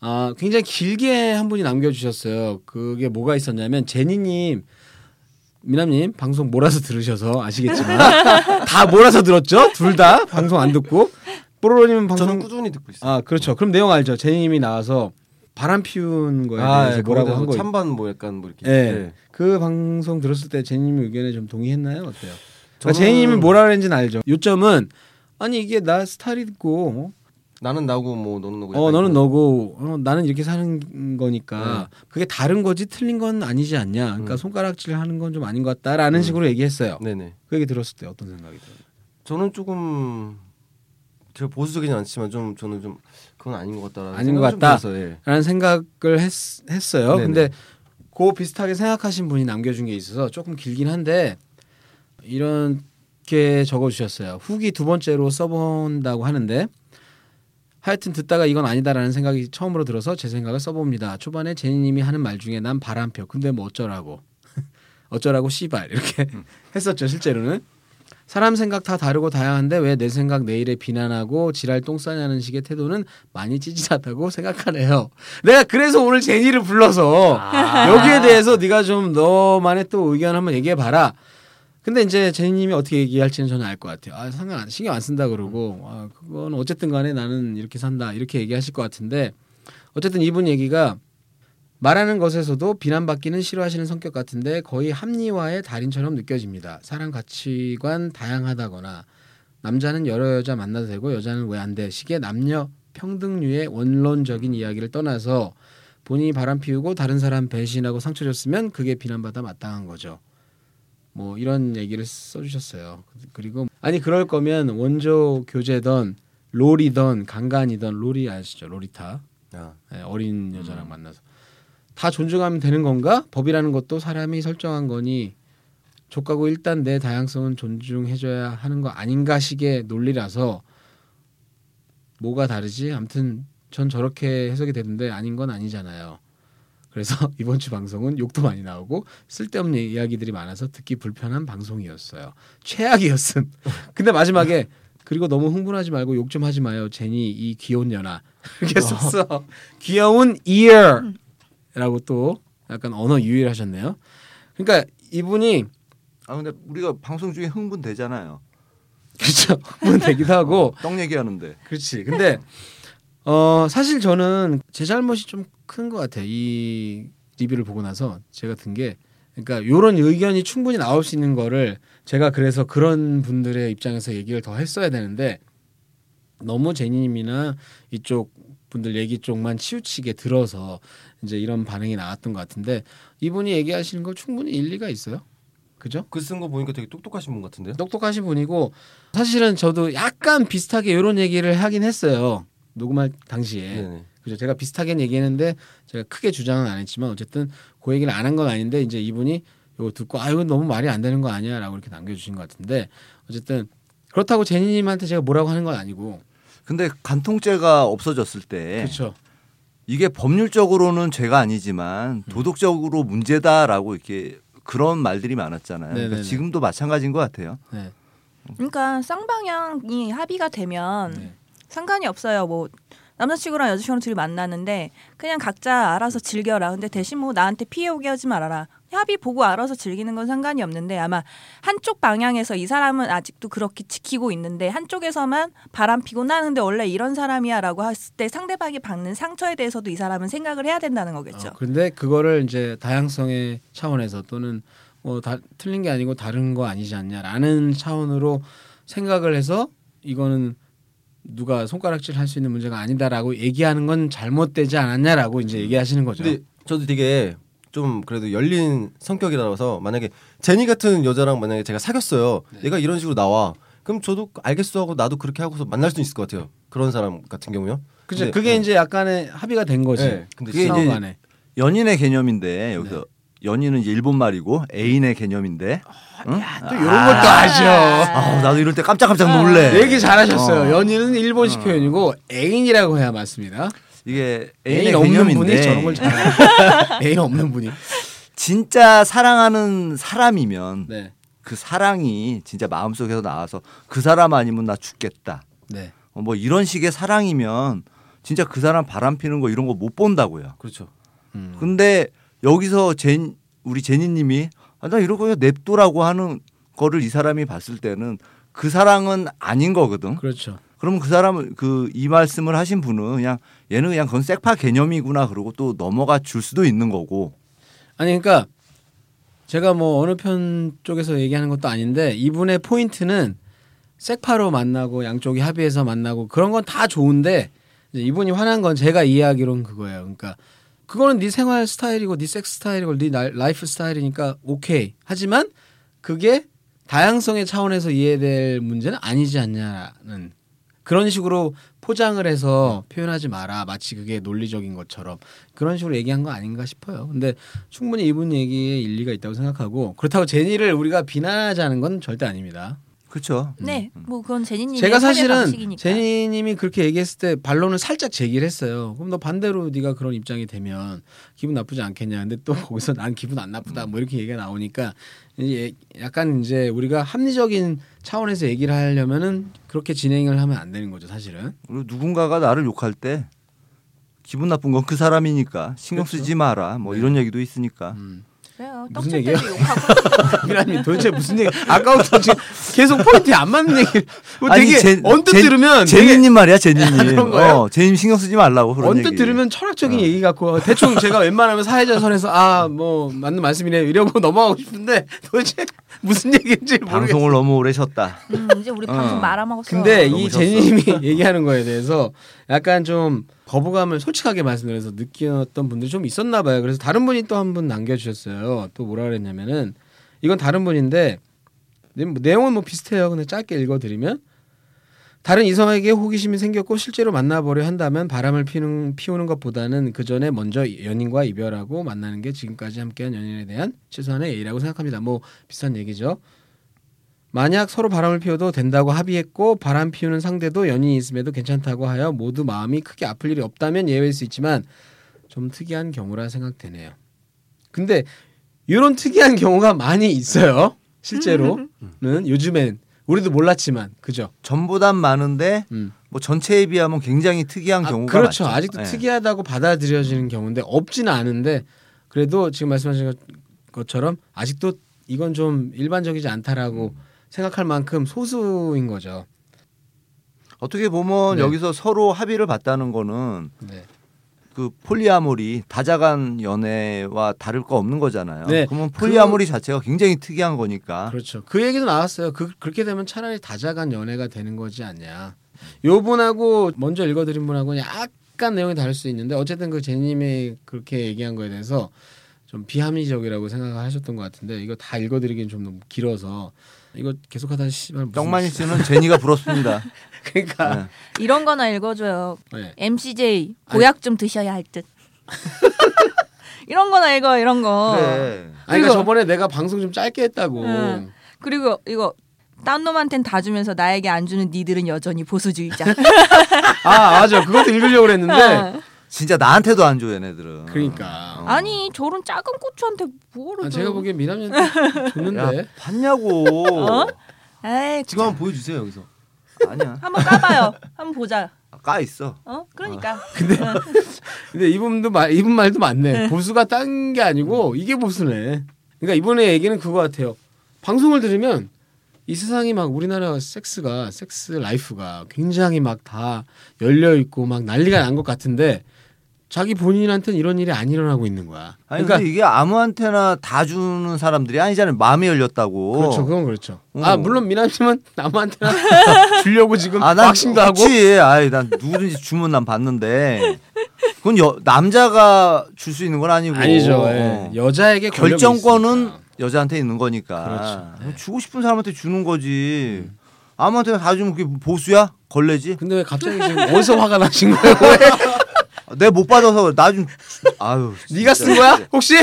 S1: 아, 굉장히 길게 한 분이 남겨 주셨어요. 그게 뭐가 있었냐면 제니 님 미남님 방송 몰아서 들으셔서 아시겠지만 다 몰아서 들었죠? 둘 다 방송 안 듣고 뽀로로님 방송
S6: 저는 꾸준히 듣고 있어요.
S1: 아 그렇죠. 그럼 내용 알죠. 제니님이 나와서 바람 피운 거에
S6: 아,
S1: 대해서
S6: 예,
S1: 뭐라고
S6: 거기다가
S1: 한 거.
S6: 찬반 뭐 약간 뭐 이렇게.
S1: 예.
S6: 예.
S1: 그 방송 들었을 때 제니님 의견에 좀 동의했나요? 어때요? 그러니까
S6: 저는-
S1: 제니님이 뭐라 그랬는지는 알죠. 요점은 아니 이게 나 스타일이고
S6: 나는 나고 뭐 너는 너고.
S1: 어
S6: 약간
S1: 너는
S6: 이런- 네.
S1: 너고 어, 나는 이렇게 사는 거니까 그게 다른 거지 틀린 건 아니지 않냐. 그러니까
S6: 음.
S1: 손가락질 하는 건 좀 아닌 것 같다라는
S6: 음.
S1: 식으로 얘기했어요.
S6: 네네.
S1: 그 얘기 들었을 때 어떤 생각이 들어요?
S6: 저는 조금 제가 보수적이진 않지만 좀 저는 좀 그건 아닌 것 같다라는
S1: 아닌 것
S6: 생각이 좀
S1: 같다.
S6: 들었어요. 예.
S1: 라는 생각을 했, 어요
S6: 네네.
S1: 근데 그 비슷하게 생각하신 분이 남겨준 게 있어서 조금 길긴 한데 이렇게 적어주셨어요. 후기 두 번째로 써본다고 하는데 하여튼 듣다가 이건 아니다라는 생각이 처음으로 들어서 제 생각을 써봅니다. 초반에 제니님이 하는 말 중에 난 바람표. 근데 뭐 어쩌라고. 어쩌라고 씨발 이렇게
S6: 음.
S1: 했었죠 실제로는. 사람 생각 다 다르고 다양한데 왜 내 생각 내 일에 비난하고 지랄 똥 싸냐는 식의 태도는 많이 찌질하다고 생각하네요. 내가 그래서 오늘 제니를 불러서 여기에 대해서 네가 좀 너만의 또 의견 한번 얘기해 봐라. 근데 이제 제니님이 어떻게 얘기할지는 저는 알 것 같아요. 아 상관 안- 신경 안 쓴다 그러고 아 그건 어쨌든 간에 나는 이렇게 산다 이렇게 얘기하실 것 같은데 어쨌든 이분 얘기가 말하는 것에서도 비난받기는 싫어하시는 성격 같은데 거의 합리화의 달인처럼 느껴집니다. 사람 가치관 다양하다거나 남자는 여러 여자 만나도 되고 여자는 왜 안 돼? 식의 남녀 평등류의 원론적인 이야기를 떠나서 본인이 바람 피우고 다른 사람 배신하고 상처 줬으면 그게 비난받아 마땅한 거죠. 뭐 이런 얘기를 써주셨어요. 그리고 아니 그럴 거면 원조 교재던 롤이던 강간이던 롤이 아시죠? 롤이타.
S6: 아,
S1: 예, 어린 여자랑 만나서 다 존중하면 되는 건가? 법이라는 것도 사람이 설정한 거니 족가고 일단 내 다양성은 존중해줘야 하는 거 아닌가 식의 논리라서 뭐가 다르지? 아무튼 전 저렇게 해석이 되는데 아닌 건 아니잖아요. 그래서 이번 주 방송은 욕도 많이 나오고 쓸데없는 이야기들이 많아서 듣기 불편한 방송이었어요. 최악이었음. 근데 마지막에 그리고 너무 흥분하지 말고 욕 좀 하지 마요. 제니 이 귀여운 연아 이렇게 썼어. 귀여운 ear라고 또 약간 언어 유일하셨네요. 그러니까 이분이
S3: 아 근데 우리가 방송 중에 흥분되잖아요. 어,
S1: 그렇죠. 분 되기도 하고
S3: 떡 얘기하는데.
S1: 그렇지. 근데 어 사실 저는 제 잘못이 좀 큰 것 같아요. 이 리뷰를 보고 나서 제가 든 게 그러니까 요런 의견이 충분히 나올 수 있는 거를 제가 그래서 그런 분들의 입장에서 얘기를 더 했어야 되는데 너무 제니님이나 이쪽 분들 얘기 쪽만 치우치게 들어서 이제 이런 반응이 나왔던 것 같은데 이분이 얘기하시는 거 충분히 일리가 있어요. 그죠?
S6: 글쓴 거 보니까 되게 똑똑하신 분 같은데요.
S1: 똑똑하신 분이고 사실은 저도 약간 비슷하게 이런 얘기를 하긴 했어요. 녹음할 당시에
S6: 네네.
S1: 그죠? 제가 비슷하게 얘기했는데 제가 크게 주장은 안 했지만 어쨌든 그 얘기를 안 한 건 아닌데 이제 이분이 이거 듣고 아 이건 너무 말이 안 되는 거 아니야라고 이렇게 남겨주신 것 같은데 어쨌든 그렇다고 제니님한테 제가 뭐라고 하는 건 아니고
S3: 근데 간통죄가 없어졌을 때
S1: 그렇죠.
S3: 이게 법률적으로는 죄가 아니지만
S1: 음.
S3: 도덕적으로 문제다라고 이렇게 그런 말들이 많았잖아요. 그러니까
S1: 네네네.
S3: 지금도 마찬가지인 것 같아요.
S1: 네.
S2: 그러니까 쌍방향이 합의가 되면
S1: 네.
S2: 상관이 없어요. 뭐 남자친구랑 여자친구랑 둘이 만나는데 그냥 각자 알아서 즐겨라. 근데 대신 뭐 나한테 피해 오게 하지 말아라. 합의 보고 알아서 즐기는 건 상관이 없는데 아마 한쪽 방향에서 이 사람은 아직도 그렇게 지키고 있는데 한쪽에서만 바람 피고 나는데 원래 이런 사람이야라고 했을 때 상대방이 받는 상처에 대해서도 이 사람은 생각을 해야 된다는 거겠죠.
S1: 어, 근데 그거를 이제 다양성의 차원에서 또는 뭐 다, 틀린 게 아니고 다른 거 아니지 않냐라는 차원으로 생각을 해서 이거는 누가 손가락질 할 수 있는 문제가 아니다라고 얘기하는 건 잘못되지 않았냐라고 이제 얘기하시는 거죠.
S6: 근데 저도 되게 좀 그래도 열린 성격이라서 만약에 제니 같은 여자랑 만약에 제가 사귀었어요.
S1: 네.
S6: 얘가 이런 식으로 나와. 그럼 저도 알겠어 하고 나도 그렇게 하고서 만날 수 있을 것 같아요. 그런 사람 같은 경우요.
S1: 그죠?
S6: 근데-
S1: 그게
S6: 네.
S1: 이제 약간의 합의가 된 거지.
S6: 네, 근데
S1: 그게
S3: 진짜-
S1: 이제 간에.
S3: 연인의 개념인데 여기서
S1: 네.
S3: 연인은 이제 일본 말이고 애인의 개념인데. 응?
S1: 아, 또 이런 것도 아죠. 네.
S3: 아, 나도 이럴 때 깜짝깜짝 놀래.
S1: 아. 얘기 잘하셨어요.
S3: 어.
S1: 연인은 일본식 표현이고 애인이라고 해야 맞습니다.
S3: 이게 애인의
S1: 애인 없는 분이
S3: 개념인데
S1: 저런 걸 잘해요. 애인 없는 분이.
S3: 진짜 사랑하는 사람이면
S1: 네.
S3: 그 사랑이 진짜 마음속에서 나와서 그 사람 아니면 나 죽겠다.
S1: 네.
S3: 어, 뭐 이런 식의 사랑이면 진짜 그 사람 바람 피는 거 이런 거 못 본다고요.
S6: 그렇죠.
S1: 음.
S3: 근데 여기서 젠 우리 제니님이 아, 나 이런 거요 냅둬라고 하는 거를 이 사람이 봤을 때는 그 사랑은 아닌 거거든.
S1: 그렇죠.
S3: 그럼 그 사람은 그 이 말씀을 하신 분은 그냥 얘는 그냥 그건 섹파 개념이구나 그러고 또 넘어가 줄 수도 있는 거고.
S1: 아니 그러니까 제가 뭐 어느 편 쪽에서 얘기하는 것도 아닌데 이분의 포인트는 섹파로 만나고 양쪽이 합의해서 만나고 그런 건 다 좋은데 이제 이분이 화난 건 제가 이해하기로는 그거예요. 그러니까 그거는 네 생활 스타일이고 네 섹스 스타일이고 네 나- 라이프 스타일이니까 오케이. 하지만 그게 다양성의 차원에서 이해될 문제는 아니지 않냐는 그런 식으로 포장을 해서 표현하지 마라. 마치 그게 논리적인 것처럼 그런 식으로 얘기한 거 아닌가 싶어요. 근데 충분히 이분 얘기에 일리가 있다고 생각하고 그렇다고 제니를 우리가 비난하자는 건 절대 아닙니다.
S3: 그렇죠.
S2: 네,
S1: 음,
S2: 뭐 그건 제니님
S1: 제가 사실은 제니님이 그렇게 얘기했을 때 반론을 살짝 제기를 했어요. 그럼 너 반대로 네가 그런 입장이 되면 기분 나쁘지 않겠냐. 근데 또 거기서 난 기분 안 나쁘다 뭐 이렇게 얘기가 나오니까 이제 약간 이제 우리가 합리적인 차원에서 얘기를 하려면은 그렇게 진행을 하면 안 되는 거죠 사실은.
S3: 그리고 누군가가 나를 욕할 때 기분 나쁜 건 그 사람이니까 신경 쓰지 마라. 뭐 이런 얘기도 있으니까.
S1: 음.
S2: 그래요.
S1: 무슨
S2: 떡칠 때도
S1: 얘기예요?
S2: 욕하고
S1: 이라니 도대체 무슨 얘기? 아까부터 지금 계속 포인트에 안 맞는 얘기.
S3: 아니,
S1: 되게
S3: 제-
S1: 언뜻
S3: 제-
S1: 들으면 되게 아,
S3: 제니님 말이야 제니님.
S1: 그런 거예요?
S3: 어, 제니님 신경 쓰지 말라고 그런 어.
S1: 언뜻
S3: 얘기.
S1: 들으면 철학적인 얘기 같고 어, 대충 제가 웬만하면 사회자 선에서 아 뭐 맞는 말씀이네 이러고 넘어가고 싶은데 도대체 무슨 얘기인지 모르겠어요.
S3: 방송을 너무 오래 쉬었다.
S2: 음, 이제 우리
S3: 어.
S2: 방송 말아먹었어.
S1: 근데 이
S3: 너무 좋았어.
S1: 제니님이 얘기하는 거에 대해서 약간 좀 거부감을 솔직하게 말씀드려서 느꼈던 분들이 좀 있었나 봐요. 그래서 다른 분이 또 한 분 남겨주셨어요. 또 뭐라 그랬냐면은 이건 다른 분인데 내- 내용은 뭐 비슷해요. 근데 짧게 읽어드리면 다른 이성에게 호기심이 생겼고 실제로 만나보려 한다면 바람을 피우는, 피우는 것보다는 그 전에 먼저 연인과 이별하고 만나는 게 지금까지 함께한 연인에 대한 최소한의 예의라고 생각합니다. 뭐 비슷한 얘기죠. 만약 서로 바람을 피워도 된다고 합의했고 바람 피우는 상대도 연인이 있음에도 괜찮다고 하여 모두 마음이 크게 아플 일이 없다면 예외일 수 있지만 좀 특이한 경우라 생각되네요. 근데 이런 특이한 경우가 많이 있어요. 실제로는
S3: 음.
S1: 요즘엔 우리도 몰랐지만 그죠?
S3: 전보단 많은데
S1: 음.
S3: 뭐 전체에 비하면 굉장히 특이한
S1: 아,
S3: 경우가
S1: 그렇죠.
S3: 많죠.
S1: 아직도
S3: 예.
S1: 특이하다고 받아들여지는 경우인데 없지는 않은데 그래도 지금 말씀하신 것- 것처럼 아직도 이건 좀 일반적이지 않다라고 생각할 만큼 소수인 거죠.
S3: 어떻게 보면
S1: 네.
S3: 여기서 서로 합의를 봤다는 거는
S1: 네.
S3: 그 폴리아모리 다자간 연애와 다를 거 없는 거잖아요.
S1: 네.
S3: 그러면 폴리아모리 자체가 굉장히 특이한 거니까.
S1: 그렇죠. 그 얘기도 나왔어요. 그, 그렇게 되면 차라리 다자간 연애가 되는 거지 않냐. 요 분하고 먼저 읽어드린 분하고는 약간 내용이 다를 수 있는데 어쨌든 그 제님이 그렇게 얘기한 거에 대해서 좀 비합리적이라고 생각하셨던 것 같은데 이거 다 읽어드리긴 좀 너무 길어서 이거 계속하다 씨발 무슨
S3: 떡만이 씨는 제니가 부럽습니다.
S1: 그러니까
S3: 네.
S2: 이런 거나 읽어줘요.
S1: 네.
S2: MCJ 보약 좀 드셔야 할 듯. 이런 거나 읽어 이런
S3: 네.
S2: 거.
S3: 그래.
S1: 아니 그러니까
S2: 이거-
S1: 저번에 내가 방송 좀 짧게 했다고
S2: 응. 그리고 이거 딴 놈한텐 다 주면서 나에게 안 주는 니들은 여전히 보수주의자.
S1: 아 맞아 그것도 읽으려고 그랬는데
S3: 진짜 나한테도 안 줘 얘네들은.
S1: 그러니까
S2: 아니 저런 작은 고추한테 뭐를
S1: 아,
S2: 줘.
S1: 제가 보기엔 미남년 줬는데
S3: 야 봤냐고.
S2: 에이,
S6: 지금 한번 보여주세요 여기서.
S3: 아니야. 아,
S2: 한번 까봐요. 한번 보자.
S3: 까 있어.
S2: 어?
S1: 아.
S2: 그러니까.
S1: 근데 이분도 말 이분 말도 맞네. 보수가 딴 게 아니고 이게 보수네. 그러니까 이번에 얘기는 그거 같아요. 방송을 들으면 이 세상이 막 우리나라 섹스가 섹스 라이프가 굉장히 막 다 열려 있고 막 난리가 난 것 같은데 자기 본인한테는 이런 일이 안 일어나고 있는 거야.
S3: 아니
S1: 그러니까
S3: 근데 이게 아무한테나 다 주는 사람들이 아니잖아요. 마음이 열렸다고.
S1: 그렇죠, 그건 그렇죠. 아
S3: 어.
S1: 물론 미남님은 남한테나 주려고 지금
S3: 아, 난
S1: 왁싱도 하고
S3: 그렇지. 아이, 난 누구든지 주문 난 받는데. 그건 여, 남자가 줄 수 있는 건 아니고.
S1: 아니죠. 예.
S3: 어.
S1: 여자에게 권력이
S3: 결정권은
S1: 있으니까. 그렇죠. 예.
S3: 여자한테 있는 거니까. 주고 싶은 사람한테 주는 거지. 아무한테나 다 주면 그게 보수야? 걸레지?
S1: 근데 왜 갑자기 지금 어디서 화가 나신 거예요? 왜?
S3: 내 못 받아서 나 좀 아유. 진짜.
S1: 네가 쓴 거야? 혹시?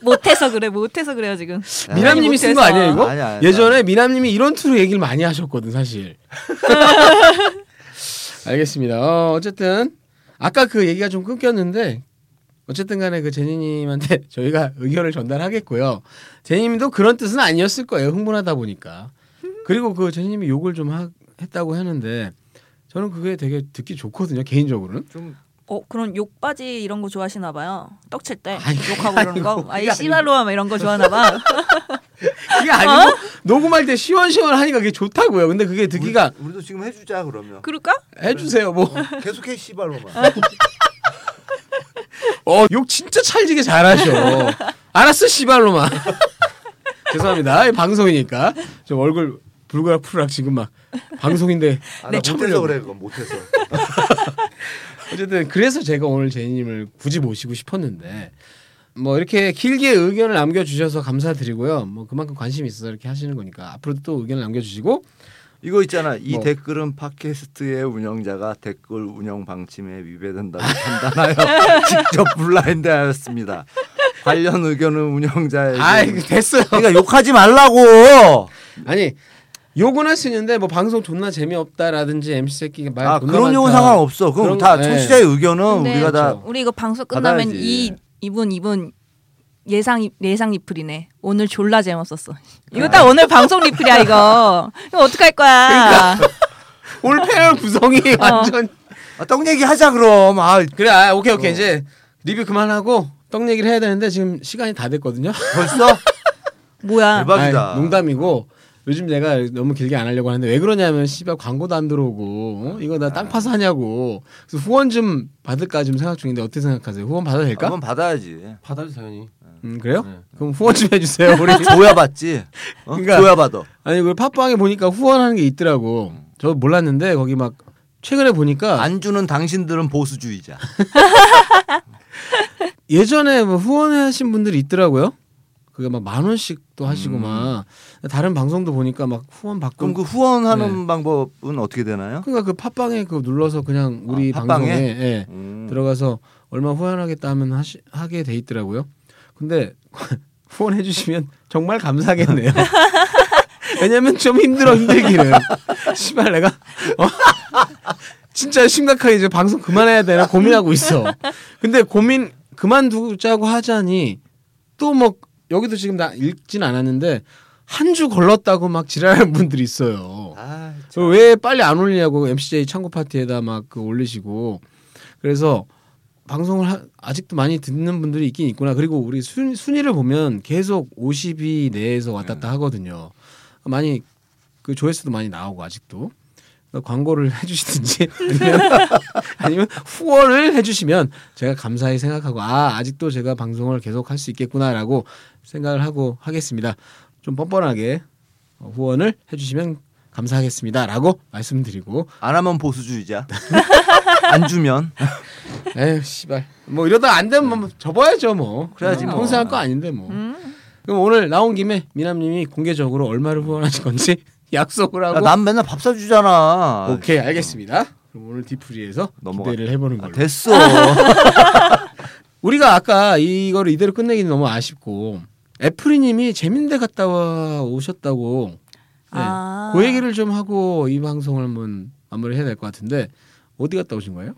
S2: 못해서 그래. 못해서 그래요 지금.
S1: 미남님이 쓴 거 아니야 이거?
S3: 아, 아니, 아니,
S1: 예전에 미남님이 이런 투로 얘기를 많이 하셨거든 사실. 알겠습니다. 어, 어쨌든 아까 그 얘기가 좀 끊겼는데 어쨌든간에 그 제니님한테 저희가 의견을 전달하겠고요. 제니님도 그런 뜻은 아니었을 거예요. 흥분하다 보니까. 그리고 그 제니님이 욕을 좀 하- 했다고 하는데 저는 그게 되게 듣기 좋거든요 개인적으로는.
S2: 어 그런 욕바지 이런 거 좋아하시나 봐요. 떡칠 때
S1: 아니, 그게
S2: 욕하고 그러는 거.
S1: 아니고,
S2: 아이
S1: 그게
S2: 씨발로아 막 이런 거 좋아하나 봐.
S1: 그게 아니고 녹음할 때 시원시원하니까 그게 좋다고요. 근데 그게 듣기가
S3: 우리, 우리도 지금 해주자 그러면.
S2: 그럴까?
S1: 해주세요 뭐.
S3: 계속해 씨발로만.
S1: 아,
S3: 아,
S1: 어, 욕 진짜 찰지게 잘하셔. 알았어, 씨발로만. 죄송합니다. 이 방송이니까. 저 얼굴 불가푸락 지금 막 방송인데
S3: 아, 나
S1: 네, 참으려고.
S3: 그건 못해서.
S1: 어쨌든 그래서 제가 오늘 제니님을 굳이 모시고 싶었는데 뭐 이렇게 길게 의견을 남겨주셔서 감사드리고요. 뭐 그만큼 관심이 있어서 이렇게 하시는 거니까 앞으로도 또 의견을 남겨주시고
S3: 이거 있잖아. 이
S1: 뭐.
S3: 댓글은 팟캐스트의 운영자가 댓글 운영 방침에 위배된다고 판단하여 직접 블라인드하였습니다. 관련 의견은 운영자에게.
S1: 아이 됐어요.
S3: 그러니까 욕하지 말라고.
S1: 아니 욕은 할 수 있는데 뭐 방송 존나 재미없다라든지 MC 새끼가 말
S3: 아
S1: 존나
S3: 그런 욕은
S1: 많다.
S3: 상관없어.
S1: 그런-
S3: 그럼
S1: 그렇죠.
S3: 다
S1: 네.
S3: 청취자의 의견은
S2: 근데
S3: 어, 우리가 다
S2: 우리 이거 방송 끝나면
S3: 받아야지.
S2: 이 이분 이분 예상 이- 예상 리플이네. 오늘 졸라 재밌었어. 이거
S3: 그러니까.
S2: 딱 오늘 방송 리플이야 이거. 이거 어떡할 거야?
S3: 그러니까.
S1: 올 패널 구성이 완전
S3: 아, 떡 얘기 하자 그럼. 아
S1: 그래, 아, 오케이, 오케이. 이제 리뷰 그만하고 떡 얘기를 해야 되는데 지금 시간이 다 됐거든요.
S3: 벌써
S2: 뭐야?
S3: 대박이다.
S1: 아이, 농담이고 요즘 내가 너무 길게 안 하려고 하는데 왜 그러냐면 씨발 광고도 안 들어오고 어? 이거 나 땅 파서 하냐고. 그래서 후원 좀 받을까 지금 생각 중인데 어떻게 생각하세요? 후원 받아도 될까?
S3: 한번 받아야지.
S6: 받아도 당연히.
S1: 음, 그래요?
S6: 네.
S1: 그럼 후원 좀 해주세요. 우리
S3: 줘야 받지. 어?
S1: 그러니까-
S3: 줘야 받아.
S1: 아니 우리 팟빵에 보니까 후원하는 게 있더라고. 저 몰랐는데 거기 막 최근에 보니까
S3: 안 주는 당신들은 보수주의자.
S1: 예전에 뭐 후원하신 분들이 있더라고요. 그게 막 만 원씩도 하시고
S3: 음.
S1: 막 다른 방송도 보니까 막 후원 받고
S3: 그럼 그 후원하는
S1: 네.
S3: 방법은 어떻게 되나요?
S1: 그러니까 그 팟빵에 그 눌러서 그냥 우리
S3: 아, 팟빵에?
S1: 방송에 예,
S3: 음.
S1: 들어가서 얼마 후원하겠다 하면 하시, 하게 돼 있더라고요. 근데 후원해 주시면 정말 감사하겠네요. 왜냐면 좀 힘들어 힘들기는 씨발 내가 어? 진짜 심각하게 이제 방송 그만해야 되나 고민하고 있어. 근데 고민 그만두자고 하자니 또 뭐 여기도 지금 나 읽진 않았는데 한 주 걸렀다고 막 지랄하는 분들이 있어요.
S3: 아,
S1: 그왜 빨리 안 올리냐고 MCJ 창고 파티에다 막 그 올리시고 그래서 방송을 하- 아직도 많이 듣는 분들이 있긴 있구나 그리고 우리 순, 순위를 보면 계속 50위 내에서 왔다 갔다 하거든요 많이 그 조회수도 많이 나오고 아직도 그러니까 광고를 해주시든지 아니면, 아니면 후원을 해주시면 제가 감사히 생각하고 아 아직도 제가 방송을 계속 할 수 있겠구나라고 생각을 하고 하겠습니다 좀 뻔뻔하게 어, 후원을 해주시면 감사하겠습니다라고 말씀드리고
S3: 안 하면 보수주의자. 안 주면
S1: 에휴 씨발 뭐 이러다 안 되면 뭐 접어야죠 뭐
S3: 그래야지 뭐. 음.
S1: 평생 할거 아닌데 뭐 그럼 오늘 나온 김에 미남님이 공개적으로 얼마를 후원하실 건지 약속을 하고 어,
S3: 야, 난 맨날 밥 사주잖아.
S1: 오케이 알겠습니다 그럼 오늘 디프리에서
S3: 넘어가.
S1: 기대를 해보는
S3: 아,
S1: 걸로
S3: 됐어.
S1: 우리가 아까 이거를 이대로 끝내기는 너무 아쉽고 애프리님이 재민대 갔다 와 오셨다고 네.
S2: 아.
S1: 그 얘기를 좀 하고 이 방송을 한번 마무리해야 될 것 같은데 어디 갔다 오신 거예요?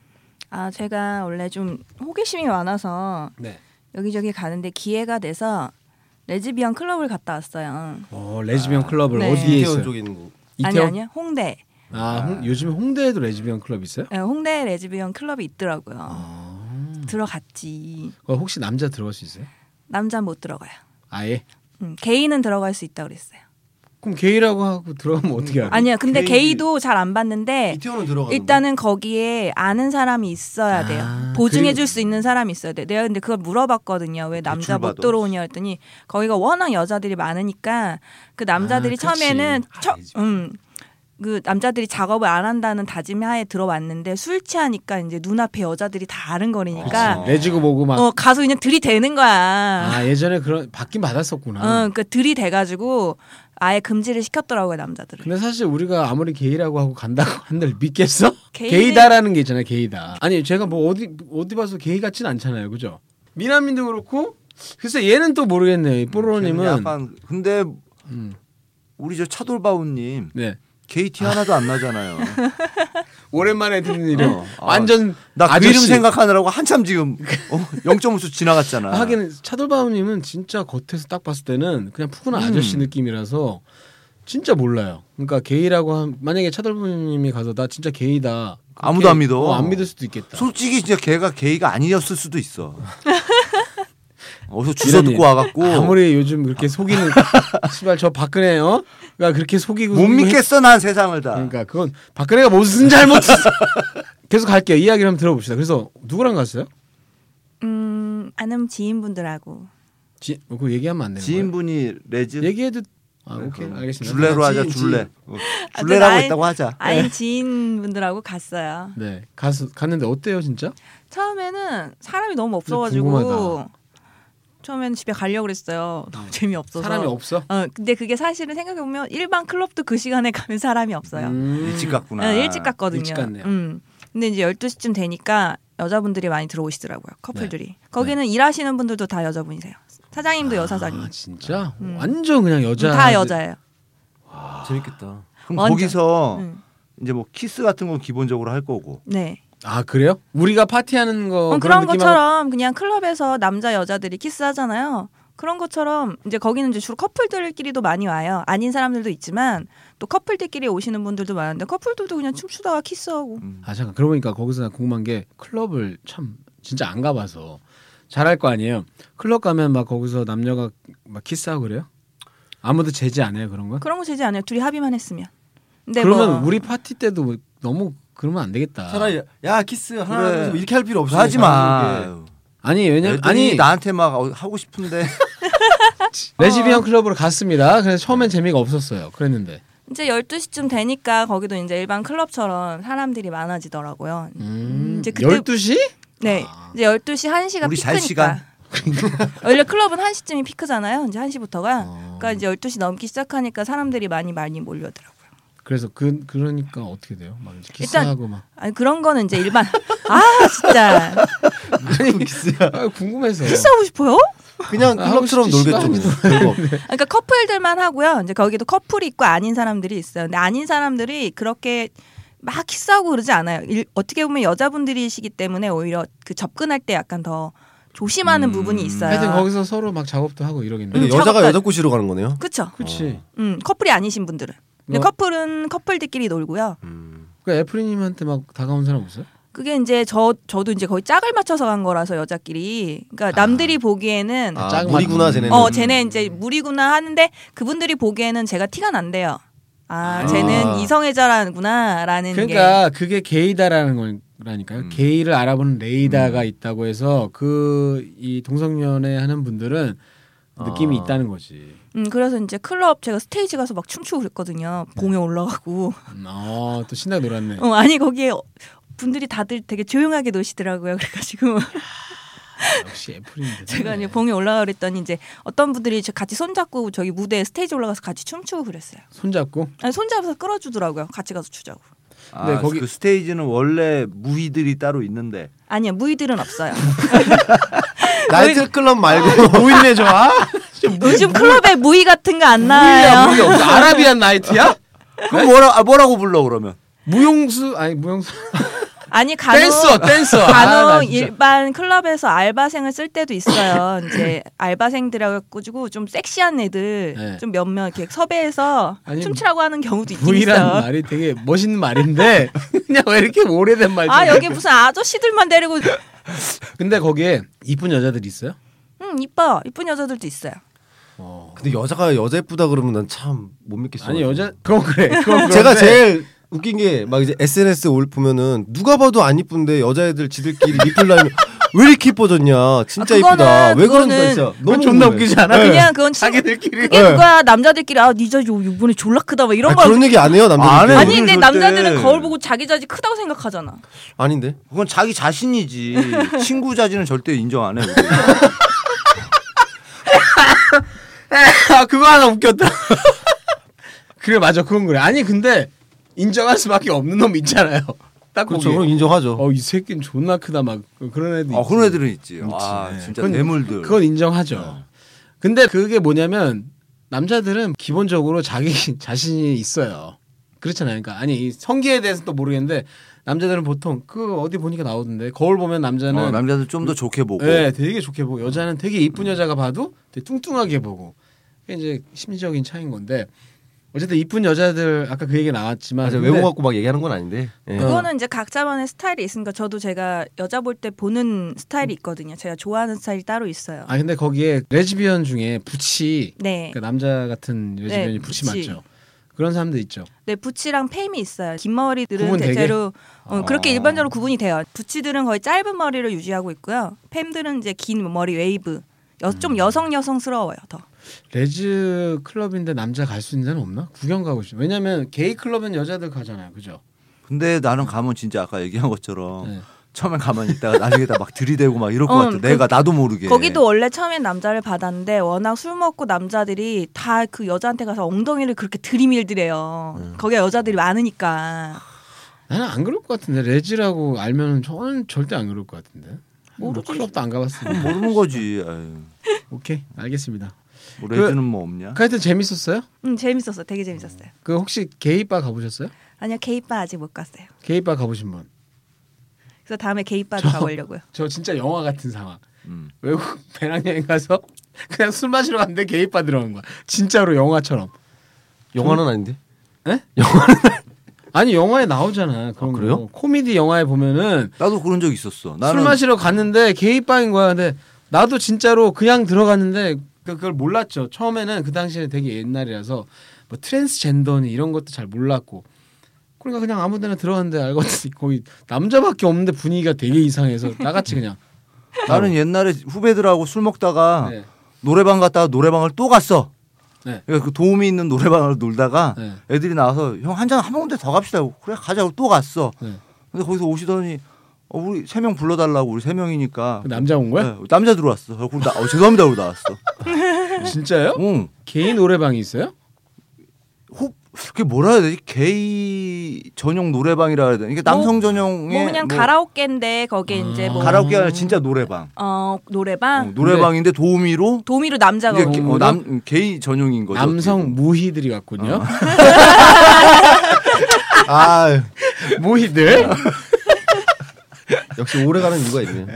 S2: 아 제가 원래 좀 호기심이 많아서
S1: 네.
S2: 여기저기 가는데 기회가 돼서 레즈비언 클럽을 갔다 왔어요.
S1: 어, 레즈비언 클럽을
S2: 네.
S1: 어디에 있어요?
S6: 이태원 쪽에 있는 거.
S2: 아니 아니요 홍대
S1: 아, 홍- 요즘에 홍대에도 레즈비언 클럽 있어요?
S2: 예, 홍대 레즈비언 클럽이 있더라고요.
S3: 아.
S2: 들어갔지.
S1: 그거 혹시 남자 들어갈 수 있어요?
S2: 남자 못 들어가요.
S1: 아예?
S2: 음, 게이는 들어갈 수 있다 고 그랬어요.
S1: 그럼 게이라고 하고 들어가면
S3: 네.
S1: 어떻게 알아?
S2: 아니야, 근데
S6: 게이-
S2: 게이도 잘 안 봤는데
S6: 이태원은 들어가.
S2: 네. 일단은 거기에 아는 사람이 있어야 돼요.
S1: 아,
S2: 보증해
S1: 그리고-
S2: 줄 수 있는 사람이 있어야 돼. 내가 근데 그걸 물어봤거든요.
S1: 네,
S2: 왜 남자 못
S3: 대출받아.
S2: 들어오냐 했더니 거기가 워낙 여자들이 많으니까 그 남자들이
S1: 아, 그치.
S2: 처음에는 처,
S1: 알지.
S2: 음. 그 남자들이 작업을 안 한다는 다짐 하에 들어왔는데 술 취하니까 이제 눈앞에 여자들이 다 아른거리니까
S1: 그치. 레즈고 보고 막.
S2: 그러니까 어 가서 그냥 들이대는 거야.
S1: 아 예전에 그런 받긴
S2: 어,
S1: 받았었구나.
S2: 그러니까 들이대가지고 아예 금지를 시켰더라고요 남자들을.
S1: 근데 사실 우리가 아무리 게이라고 하고 간다고 한들 믿겠어?
S2: 게이는-
S1: 게이다라는 게 있잖아 게이다. 아니 제가 뭐 어디 어디 봐서 게이 같진 않잖아요, 그죠? 미남인도 그렇고 글쎄 얘는 또 모르겠네. 뽀로로님은
S3: 약간 근데
S1: 음.
S3: 우리 저 차돌바우님
S1: 네
S3: KT 하나도 안 나잖아요.
S1: 오랜만에 듣는 이름
S3: 어, 아,
S1: 완전
S3: 나 그
S1: 아저씨.
S3: 이름 생각하느라고 한참 지금 어, 0.5초 지나갔잖아.
S1: 하긴 차돌바우님은 진짜 겉에서 딱 봤을 때는 그냥
S3: 음.
S1: 푸근한 아저씨 느낌이라서 진짜 몰라요. 그러니까 게이라고 한 만약에 차돌바우님이 가서 나 진짜 게이다.
S3: 아무도 안 믿어.
S1: 어, 안 믿을 수도 있겠다.
S3: 솔직히 진짜 걔가 게이가 아니었을 수도 있어. 어서 주워
S1: 미련님,
S3: 듣고 와갖고
S1: 아무리 요즘 그렇게 속이는 씨발 저 박근혜 어? 그러니까 그렇게 속이고
S3: 못
S1: 속이고
S3: 믿겠어 난 세상을 다.
S1: 그러니까 그건 박근혜가 무슨 잘못했어. 계속 갈게요. 이야기를 한번 들어봅시다. 그래서 누구랑 갔어요?
S2: 음 아는 지인분들하고
S1: 지, 어, 그거 얘기하면 안 되는
S3: 지인분이 레즈
S1: 거예요? 얘기해도 아, 오케이.
S3: 그
S1: 알겠습니다.
S3: 줄레로 하자
S1: 지인,
S3: 줄레.
S1: 지인.
S3: 어,
S2: 아,
S3: 줄레라고
S2: 네,
S3: 했다고 하자.
S2: 아는 지인분들하고 갔어요.
S1: 네. 가서 갔는데 어때요, 진짜?
S2: 처음에는 사람이
S1: 진짜
S2: 너무 없어가지고
S1: 궁금하다.
S2: 처음에는 집에 가려고 그랬어요. 너무 재미없어서.
S1: 사람이 없어?
S2: 어, 근데 그게 사실은 생각해보면 일반 클럽도 그 시간에 가면 사람이 없어요.
S1: 음.
S3: 일찍 갔구나.
S2: 어, 일찍 갔거든요.
S1: 일찍 갔네요.
S2: 음. 근데 이제 12시쯤 되니까 여자분들이 많이 들어오시더라고요. 커플들이. 거기는 일하시는 분들도 다 여자분이세요. 사장님도 여사장님.
S1: 네. 아, 진짜?
S2: 음.
S1: 완전 그냥 여자.
S2: 음, 다 여자예요.
S6: 재밌겠다.
S3: 그럼
S2: 완전.
S3: 거기서
S2: 음.
S3: 이제 뭐 키스 같은 건 기본적으로 할 거고.
S2: 네.
S1: 아, 그래요? 우리가 파티하는 거
S2: 어,
S1: 그런
S2: 그런
S1: 느낌하고-
S2: 것처럼 그냥 클럽에서 남자 여자들이 키스하잖아요. 그런 것처럼 이제 거기는 이제 주로 커플들끼리도 많이 와요. 아닌 사람들도 있지만 또 커플들끼리 오시는 분들도 많은데 커플들도 그냥 춤추다가 키스하고.
S1: 아 잠깐 그러고 보니까 거기서 나 궁금한 게 클럽을 참 진짜 안 가봐서 잘할 거 아니에요. 클럽 가면 막 거기서 남녀가 막 키스하고 그래요? 아무도 제지 안 해요 그런 건?
S2: 그런 거 되지 않아요. 둘이 합의만 했으면. 근데
S1: 그러면
S2: 뭐
S1: 우리 파티 때도 뭐 너무 그러면 안 되겠다.
S6: 차라리 야 키스 하나
S3: 아. 그래.
S6: 하면서 뭐 이렇게 할 필요 없이
S3: 하지
S6: 그냥
S3: 마.
S1: 아니 왜냐
S3: 애들이
S1: 아니
S3: 나한테 막 어, 하고 싶은데
S1: 레즈비언 클럽으로 갔습니다. 그래서 처음엔 재미가 없었어요. 그랬는데
S2: 이제 12시쯤 되니까 거기도 이제 일반 클럽처럼 사람들이 많아지더라고요.
S1: 음,
S2: 이제 그때-
S1: 12시?
S2: 네.
S1: 아.
S2: 이제 12시 1시가 피크니까.
S3: 우리 잘 시간.
S2: 원래 클럽은 1시쯤이 피크잖아요. 이제 1시부터가.
S1: 어.
S2: 그러니까 이제 12시 넘기 시작하니까 사람들이 많이 많이 몰려들어요.
S1: 그래서 그 그러니까 어떻게 돼요? 막 이제 키스하고 막
S2: 아니 그런 거는 이제 일반 아 진짜
S1: 아, 궁금해서
S2: 키스하고 싶어요?
S6: 그냥
S1: 아,
S6: 클럽처럼
S1: 하고 싶지,
S6: 놀겠죠.
S1: 시간이
S6: 그냥. 별거 없-
S2: 그러니까 커플들만 하고요. 이제 거기도 커플이 있고 아닌 사람들이 있어요. 근데 아닌 사람들이 그렇게 막 키스하고 그러지 않아요. 일- 어떻게 보면 여자분들이시기 때문에 오히려 그 접근할 때 약간 더 조심하는 부분이 있어요.
S1: 하여튼 거기서 서로 막 작업도 하고 이러겠네.
S6: 근데
S1: 요 어.
S2: 여-
S6: 여자가
S2: 작업까지.
S6: 여자 꼬시러 가는 거네요.
S2: 그렇죠.
S1: 음, 그렇지.
S2: 음, 커플이 아니신 분들은. 근데
S1: 뭐-
S2: 커플은 커플들끼리 놀고요.
S1: 그 애프리님한테 막 다가온 사람 없어요?
S2: 그게 이제 저 저도 이제 거의 짝을 맞춰서 간 거라서 여자끼리. 그러니까 남들이 보기에는
S1: 아,
S6: 아,
S1: 짝만-
S6: 무리구나 쟤네는.
S2: 어, 쟤네 이제 무리구나 하는데 그분들이 보기에는 제가 티가 난대요. 아,
S6: 아.
S2: 쟤는 이성애자라는구나라는 게.
S1: 그러니까 그게 게이다라는 거라니까요.
S3: 음.
S1: 게이를 알아보는 레이다가 있다고 해서 그 이 동성연애 하는 분들은 느낌이
S6: 아.
S1: 있다는 거지.
S2: 음, 그래서 이제 클럽 제가 스테이지 가서 막 춤추고 그랬거든요. 봉에 올라가고.
S1: 음, 어, 또 신나게 네. 놀았네.
S2: 어, 아니 거기에 어, 분들이 다들 되게 조용하게 노시더라고요. 그래가지고
S1: 역시 애플인데.
S2: 제가 이제 봉에 올라가 그랬더니 이제 어떤 분들이 저 같이 손잡고 저기 무대에 스테이지 올라가서 같이 춤추고 그랬어요.
S1: 손잡고
S2: 아니, 손잡아서 끌어주더라고요. 같이 가서 추자고.
S3: 아,
S1: 네, 거기-
S3: 그 스테이지는 원래 무희들이 따로 있는데
S2: 아니요, 무이들은 없어요.
S6: 나이트 클럽 말고
S1: 보이네 좋아.
S2: 요즘 클럽에 무이 같은 거 안 나와요.
S1: 아라비안 나이트야?
S3: 그럼 뭐라 아, 뭐라고 불러 그러면
S1: 무용수 아니 무용수
S2: 아니 간혹
S1: 댄서 댄서.
S2: 간혹
S1: 아, 나 진짜.
S2: 일반 클럽에서 알바생을 쓸 때도 있어요. 이제 알바생들하고 가지고 좀 섹시한 애들
S1: 네.
S2: 좀 몇몇 이렇게 섭외해서
S1: 아니,
S2: 춤추라고 하는 경우도 있긴
S1: V라는
S2: 있어요.
S1: 말이 되게 멋있는 말인데 그냥 왜 이렇게 오래된 말이야?
S2: 아 여기 무슨 아저씨들만 데리고
S1: 근데 거기에 이쁜 여자들 이 있어요?
S2: 음 이뻐 이쁜 여자들도 있어요.
S6: 근데 여자가 여자 예쁘다 그러면 난 참 못 믿겠어.
S1: 아니 여자 그건 그래. 그건 그런데
S6: 제가 제일 웃긴 게 막 이제 SNS 올 보면은 누가 봐도 안 이쁜데 여자애들 지들끼리 리플 라면 왜 이렇게 이뻐졌냐 진짜
S2: 아,
S6: 이쁘다
S2: 그거는-
S6: 왜 그런가
S2: 그거는-
S6: 진짜
S1: 그건
S6: 너무 네.
S1: 존나
S6: 궁금해.
S1: 웃기지 않아?
S2: 그냥 그건 친-
S1: 자기들끼리. 네.
S2: 그게 누가 남자들끼리 아 니 자지 이번에 졸라 크다 막 이런
S6: 아,
S2: 거
S6: 그런 얘기 안 해요 남자들
S3: 안 해요.
S2: 아니 근데
S3: 오늘
S2: 남자들은
S3: 때.
S2: 거울 보고 자기 자지 크다고 생각하잖아.
S6: 아닌데
S3: 그건 자기 자신이지. 친구 자지는 절대 인정 안 해. 우리.
S1: 아 그거 하나 웃겼다. 그래 맞아 그건 그래. 아니 근데 인정할 수밖에 없는 놈 있잖아요. 딱
S6: 그렇죠 그럼
S1: 보기에.
S6: 인정하죠
S1: 어이 아, 새끼는 존나 크다 막 어, 그런 애들.
S3: 아, 그런 애들은 있지.
S1: 있지.
S3: 아,
S1: 네.
S3: 진짜
S1: 그건-
S3: 뇌물들. 네.
S1: 그건 인정하죠. 근데 그게 뭐냐면 남자들은 기본적으로 자기 자신이 있어요. 그렇잖아요. 그러니까 아니 이 성기에 대해서 또 모르겠는데 남자들은 보통 그 어디 보니까 나오던데 거울 보면 남자는
S3: 어, 남자들 좀 더 좋게 보고.
S1: 네, 되게 좋게 보고 여자는 되게 이쁜 여자가 봐도 되게 뚱뚱하게 보고 그게 이제 심리적인 차이인 건데 어쨌든 이쁜 여자들 아까 그 얘기 나왔지만
S6: 맞아,
S1: 근데
S6: 외모 갖고 막 얘기하는 건 아닌데 예.
S1: 어.
S2: 그거는 이제 각자만의 스타일이 있으니까 저도 제가 여자 볼 때 보는 스타일이 있거든요. 제가 좋아하는 스타일이 따로 있어요.
S1: 음. 아 근데 거기에 레즈비언 중에 부치
S2: 네.
S1: 그러니까 남자 같은 레즈비언이
S2: 네,
S1: 부치,
S2: 부치.
S1: 맞죠? 그런 사람도 있죠.
S2: 네, 부치랑 팸이 있어요. 긴 머리들은
S1: 구분 되게?
S2: 대체로 어, 그렇게
S3: 아.
S2: 일반적으로 구분이 돼요. 부치들은 거의 짧은 머리를 유지하고 있고요. 팸들은 이제 긴 머리 웨이브.
S1: 음.
S2: 여- 좀 여성 여성스러워요 더.
S1: 레즈 클럽인데 남자 갈 수 있는 데는 없나? 구경 가고 싶어. 왜냐면 게이 클럽은 여자들 가잖아요, 그죠?
S3: 근데 나는 가면 진짜 아까 얘기한 것처럼
S1: 네.
S3: 처음엔 가만히 있다가 나중에 다 막 들이대고 막 이럴 것
S2: 어,
S3: 같아.
S2: 그-
S3: 내가 나도 모르게.
S2: 거기도 원래 처음엔 남자를 받았는데 워낙 술 먹고 남자들이 다 그 여자한테 가서 엉덩이를 그렇게 들이밀더래요.
S1: 음.
S2: 거기에 여자들이 많으니까
S1: 나는 안 그럴 것 같은데 레즈라고 알면은 저는 절대 안 그럴 것 같은데. 모르죠. 클럽도 안 가봤으니까.
S3: 모르는 거지. 아유,
S1: 오케이, 알겠습니다.
S3: 뭐
S1: 그
S3: 레즈는 뭐 없냐?
S1: 하여튼 재밌었어요?
S2: 음, 재밌었어. 되게 재밌었어요.
S1: 그 혹시 게이바 가보셨어요?
S2: 아니요 게이바 아직 못 갔어요.
S1: 게이바 가보신 분?
S2: 그래서 다음에 게이바도 가보려고요.
S1: 저 진짜 영화 같은 상황.
S3: 음.
S1: 외국 배낭여행 가서 그냥 술 마시러 갔는데 게이바 들어간 거야. 진짜로 영화처럼.
S6: 영화는 아닌데
S1: 아니 영화에 나오잖아. 그런
S6: 아, 그래요?
S1: 거. 코미디 영화에 보면은
S3: 나도 그런 적 있었어.
S1: 술
S3: 나는
S1: 마시러 갔는데 게이바인 거야. 근데 나도 진짜로 그냥 들어갔는데 그- 그걸 몰랐죠. 처음에는 그 당시에는 되게 옛날이라서 뭐 트랜스젠더니 이런 것도 잘 몰랐고. 그러니까 그냥 아무데나 들어갔는데 알고 봤더니 거기 남자밖에 없는데 분위기가 되게 이상해서 나같이 그냥.
S3: 나는 옛날에 후배들하고 술 먹다가
S1: 네.
S3: 노래방 갔다가 노래방을 또 갔어.
S1: 네.
S3: 그러니까 그 도움이 있는 노래방을 놀다가
S1: 네.
S3: 애들이 나와서 형 한 잔 한 군데 더 갑시다. 하고 그래 가자. 고또 갔어.
S1: 네.
S3: 근데 거기서 오시더니 어, 우리 세 명 불러달라고 우리 세 명이니까
S1: 그 남자 온 거야?
S3: 네, 남자 들어왔어. 그리고 나 어, 죄송합니다 하고 나왔어. 네.
S1: 진짜요?
S3: 응.
S1: 개인 노래방이 있어요?
S3: 혹 그게 뭐라 해야 되지? 게이 전용 노래방이라 해야 되나? 이게 남성 전용의
S2: 뭐 그냥 가라오케인데 거기에 이제 뭐
S3: 음. 네, 가라오케 아니라 진짜 노래방.
S2: 어
S3: 어,
S2: 노래방
S3: 노래방인데 도우미로
S2: 도우미로 남자가
S3: 이게
S2: 오고.
S3: 게- 어, 남 게이 전용인 거죠.
S1: 뭐
S3: 어.
S1: 남성 무희들이 왔군요.
S6: 아
S1: 무희들?
S6: 역시 오래가는 이유가 있네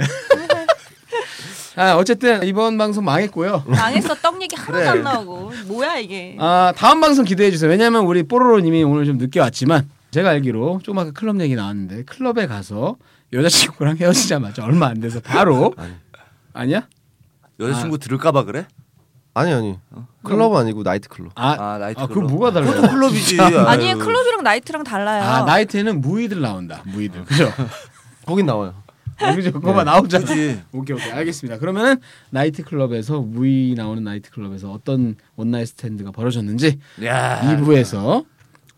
S1: 아, 어쨌든 이번 방송 망했고요.
S2: 방에서 떡 얘기 하나도 안 나오고 뭐야 이게
S1: 아, 다음 방송 기대해 주세요. 왜냐면 우리 뽀로로 님이 오늘 좀 늦게 왔지만 제가 알기로 조금 아까 클럽 얘기 나왔는데 클럽에 가서 여자친구랑 헤어지자마자 얼마 안 돼서 바로 아니야? 아.
S3: 여자친구 들을까봐 그래?
S6: 아니 아니 클럽 아니고 나이트 클럽
S1: 아,
S3: 아,
S1: 아,
S3: 나이트
S1: 그거
S3: 클럽.
S1: 뭐가 달라요?
S3: 그것도 클럽이지.
S2: 아니
S3: 음.
S2: 클럽이랑 나이트랑 달라요.
S1: 아, 나이트에는 무희들 나온다. 무희들. 그죠?
S6: 거긴 나와요
S1: 그죠? 그거만 나오잖아.
S3: 네, 그지.
S1: 오케이 오케이 알겠습니다. 그러면은 나이트 클럽에서 무이 나오는 나이트 클럽에서 어떤 원나잇 스탠드가 벌어졌는지
S3: 야.
S2: 아,
S1: 뭐- 2부에서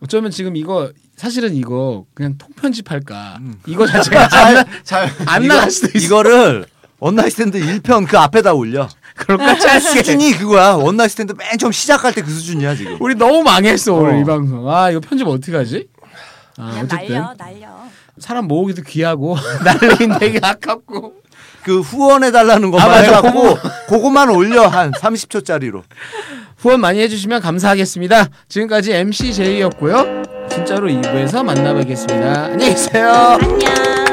S1: 어쩌면 지금 이거 사실은 이거 그냥 통편집할까 이거 자체가 음. 잘 안 나갈 수도 있어.
S3: 이거를 원나잇스탠드 1편 그 앞에다 올려.
S1: 그럴까 짧게.
S3: 수준이 그거야. 원나잇스탠드 맨 처음 시작할 때 그 수준이야 지금.
S1: 우리 너무 망했어 오늘 이 방송. 아 이거 편집 어떻게 하지? 아,
S2: 그냥
S1: 어쨌든
S2: 날려 날려.
S1: 사람 모으기도 귀하고 날리긴 되게 아깝고
S3: 그 후원해 달라는 것만
S1: 맞아.
S3: 해갖고 그것만 올려 한 30초짜리로.
S1: 후원 많이 해주시면 감사하겠습니다. 지금까지 MC 제이였고요. 진짜로 2부에서 만나뵙겠습니다. 안녕히 계세요.
S5: 안녕.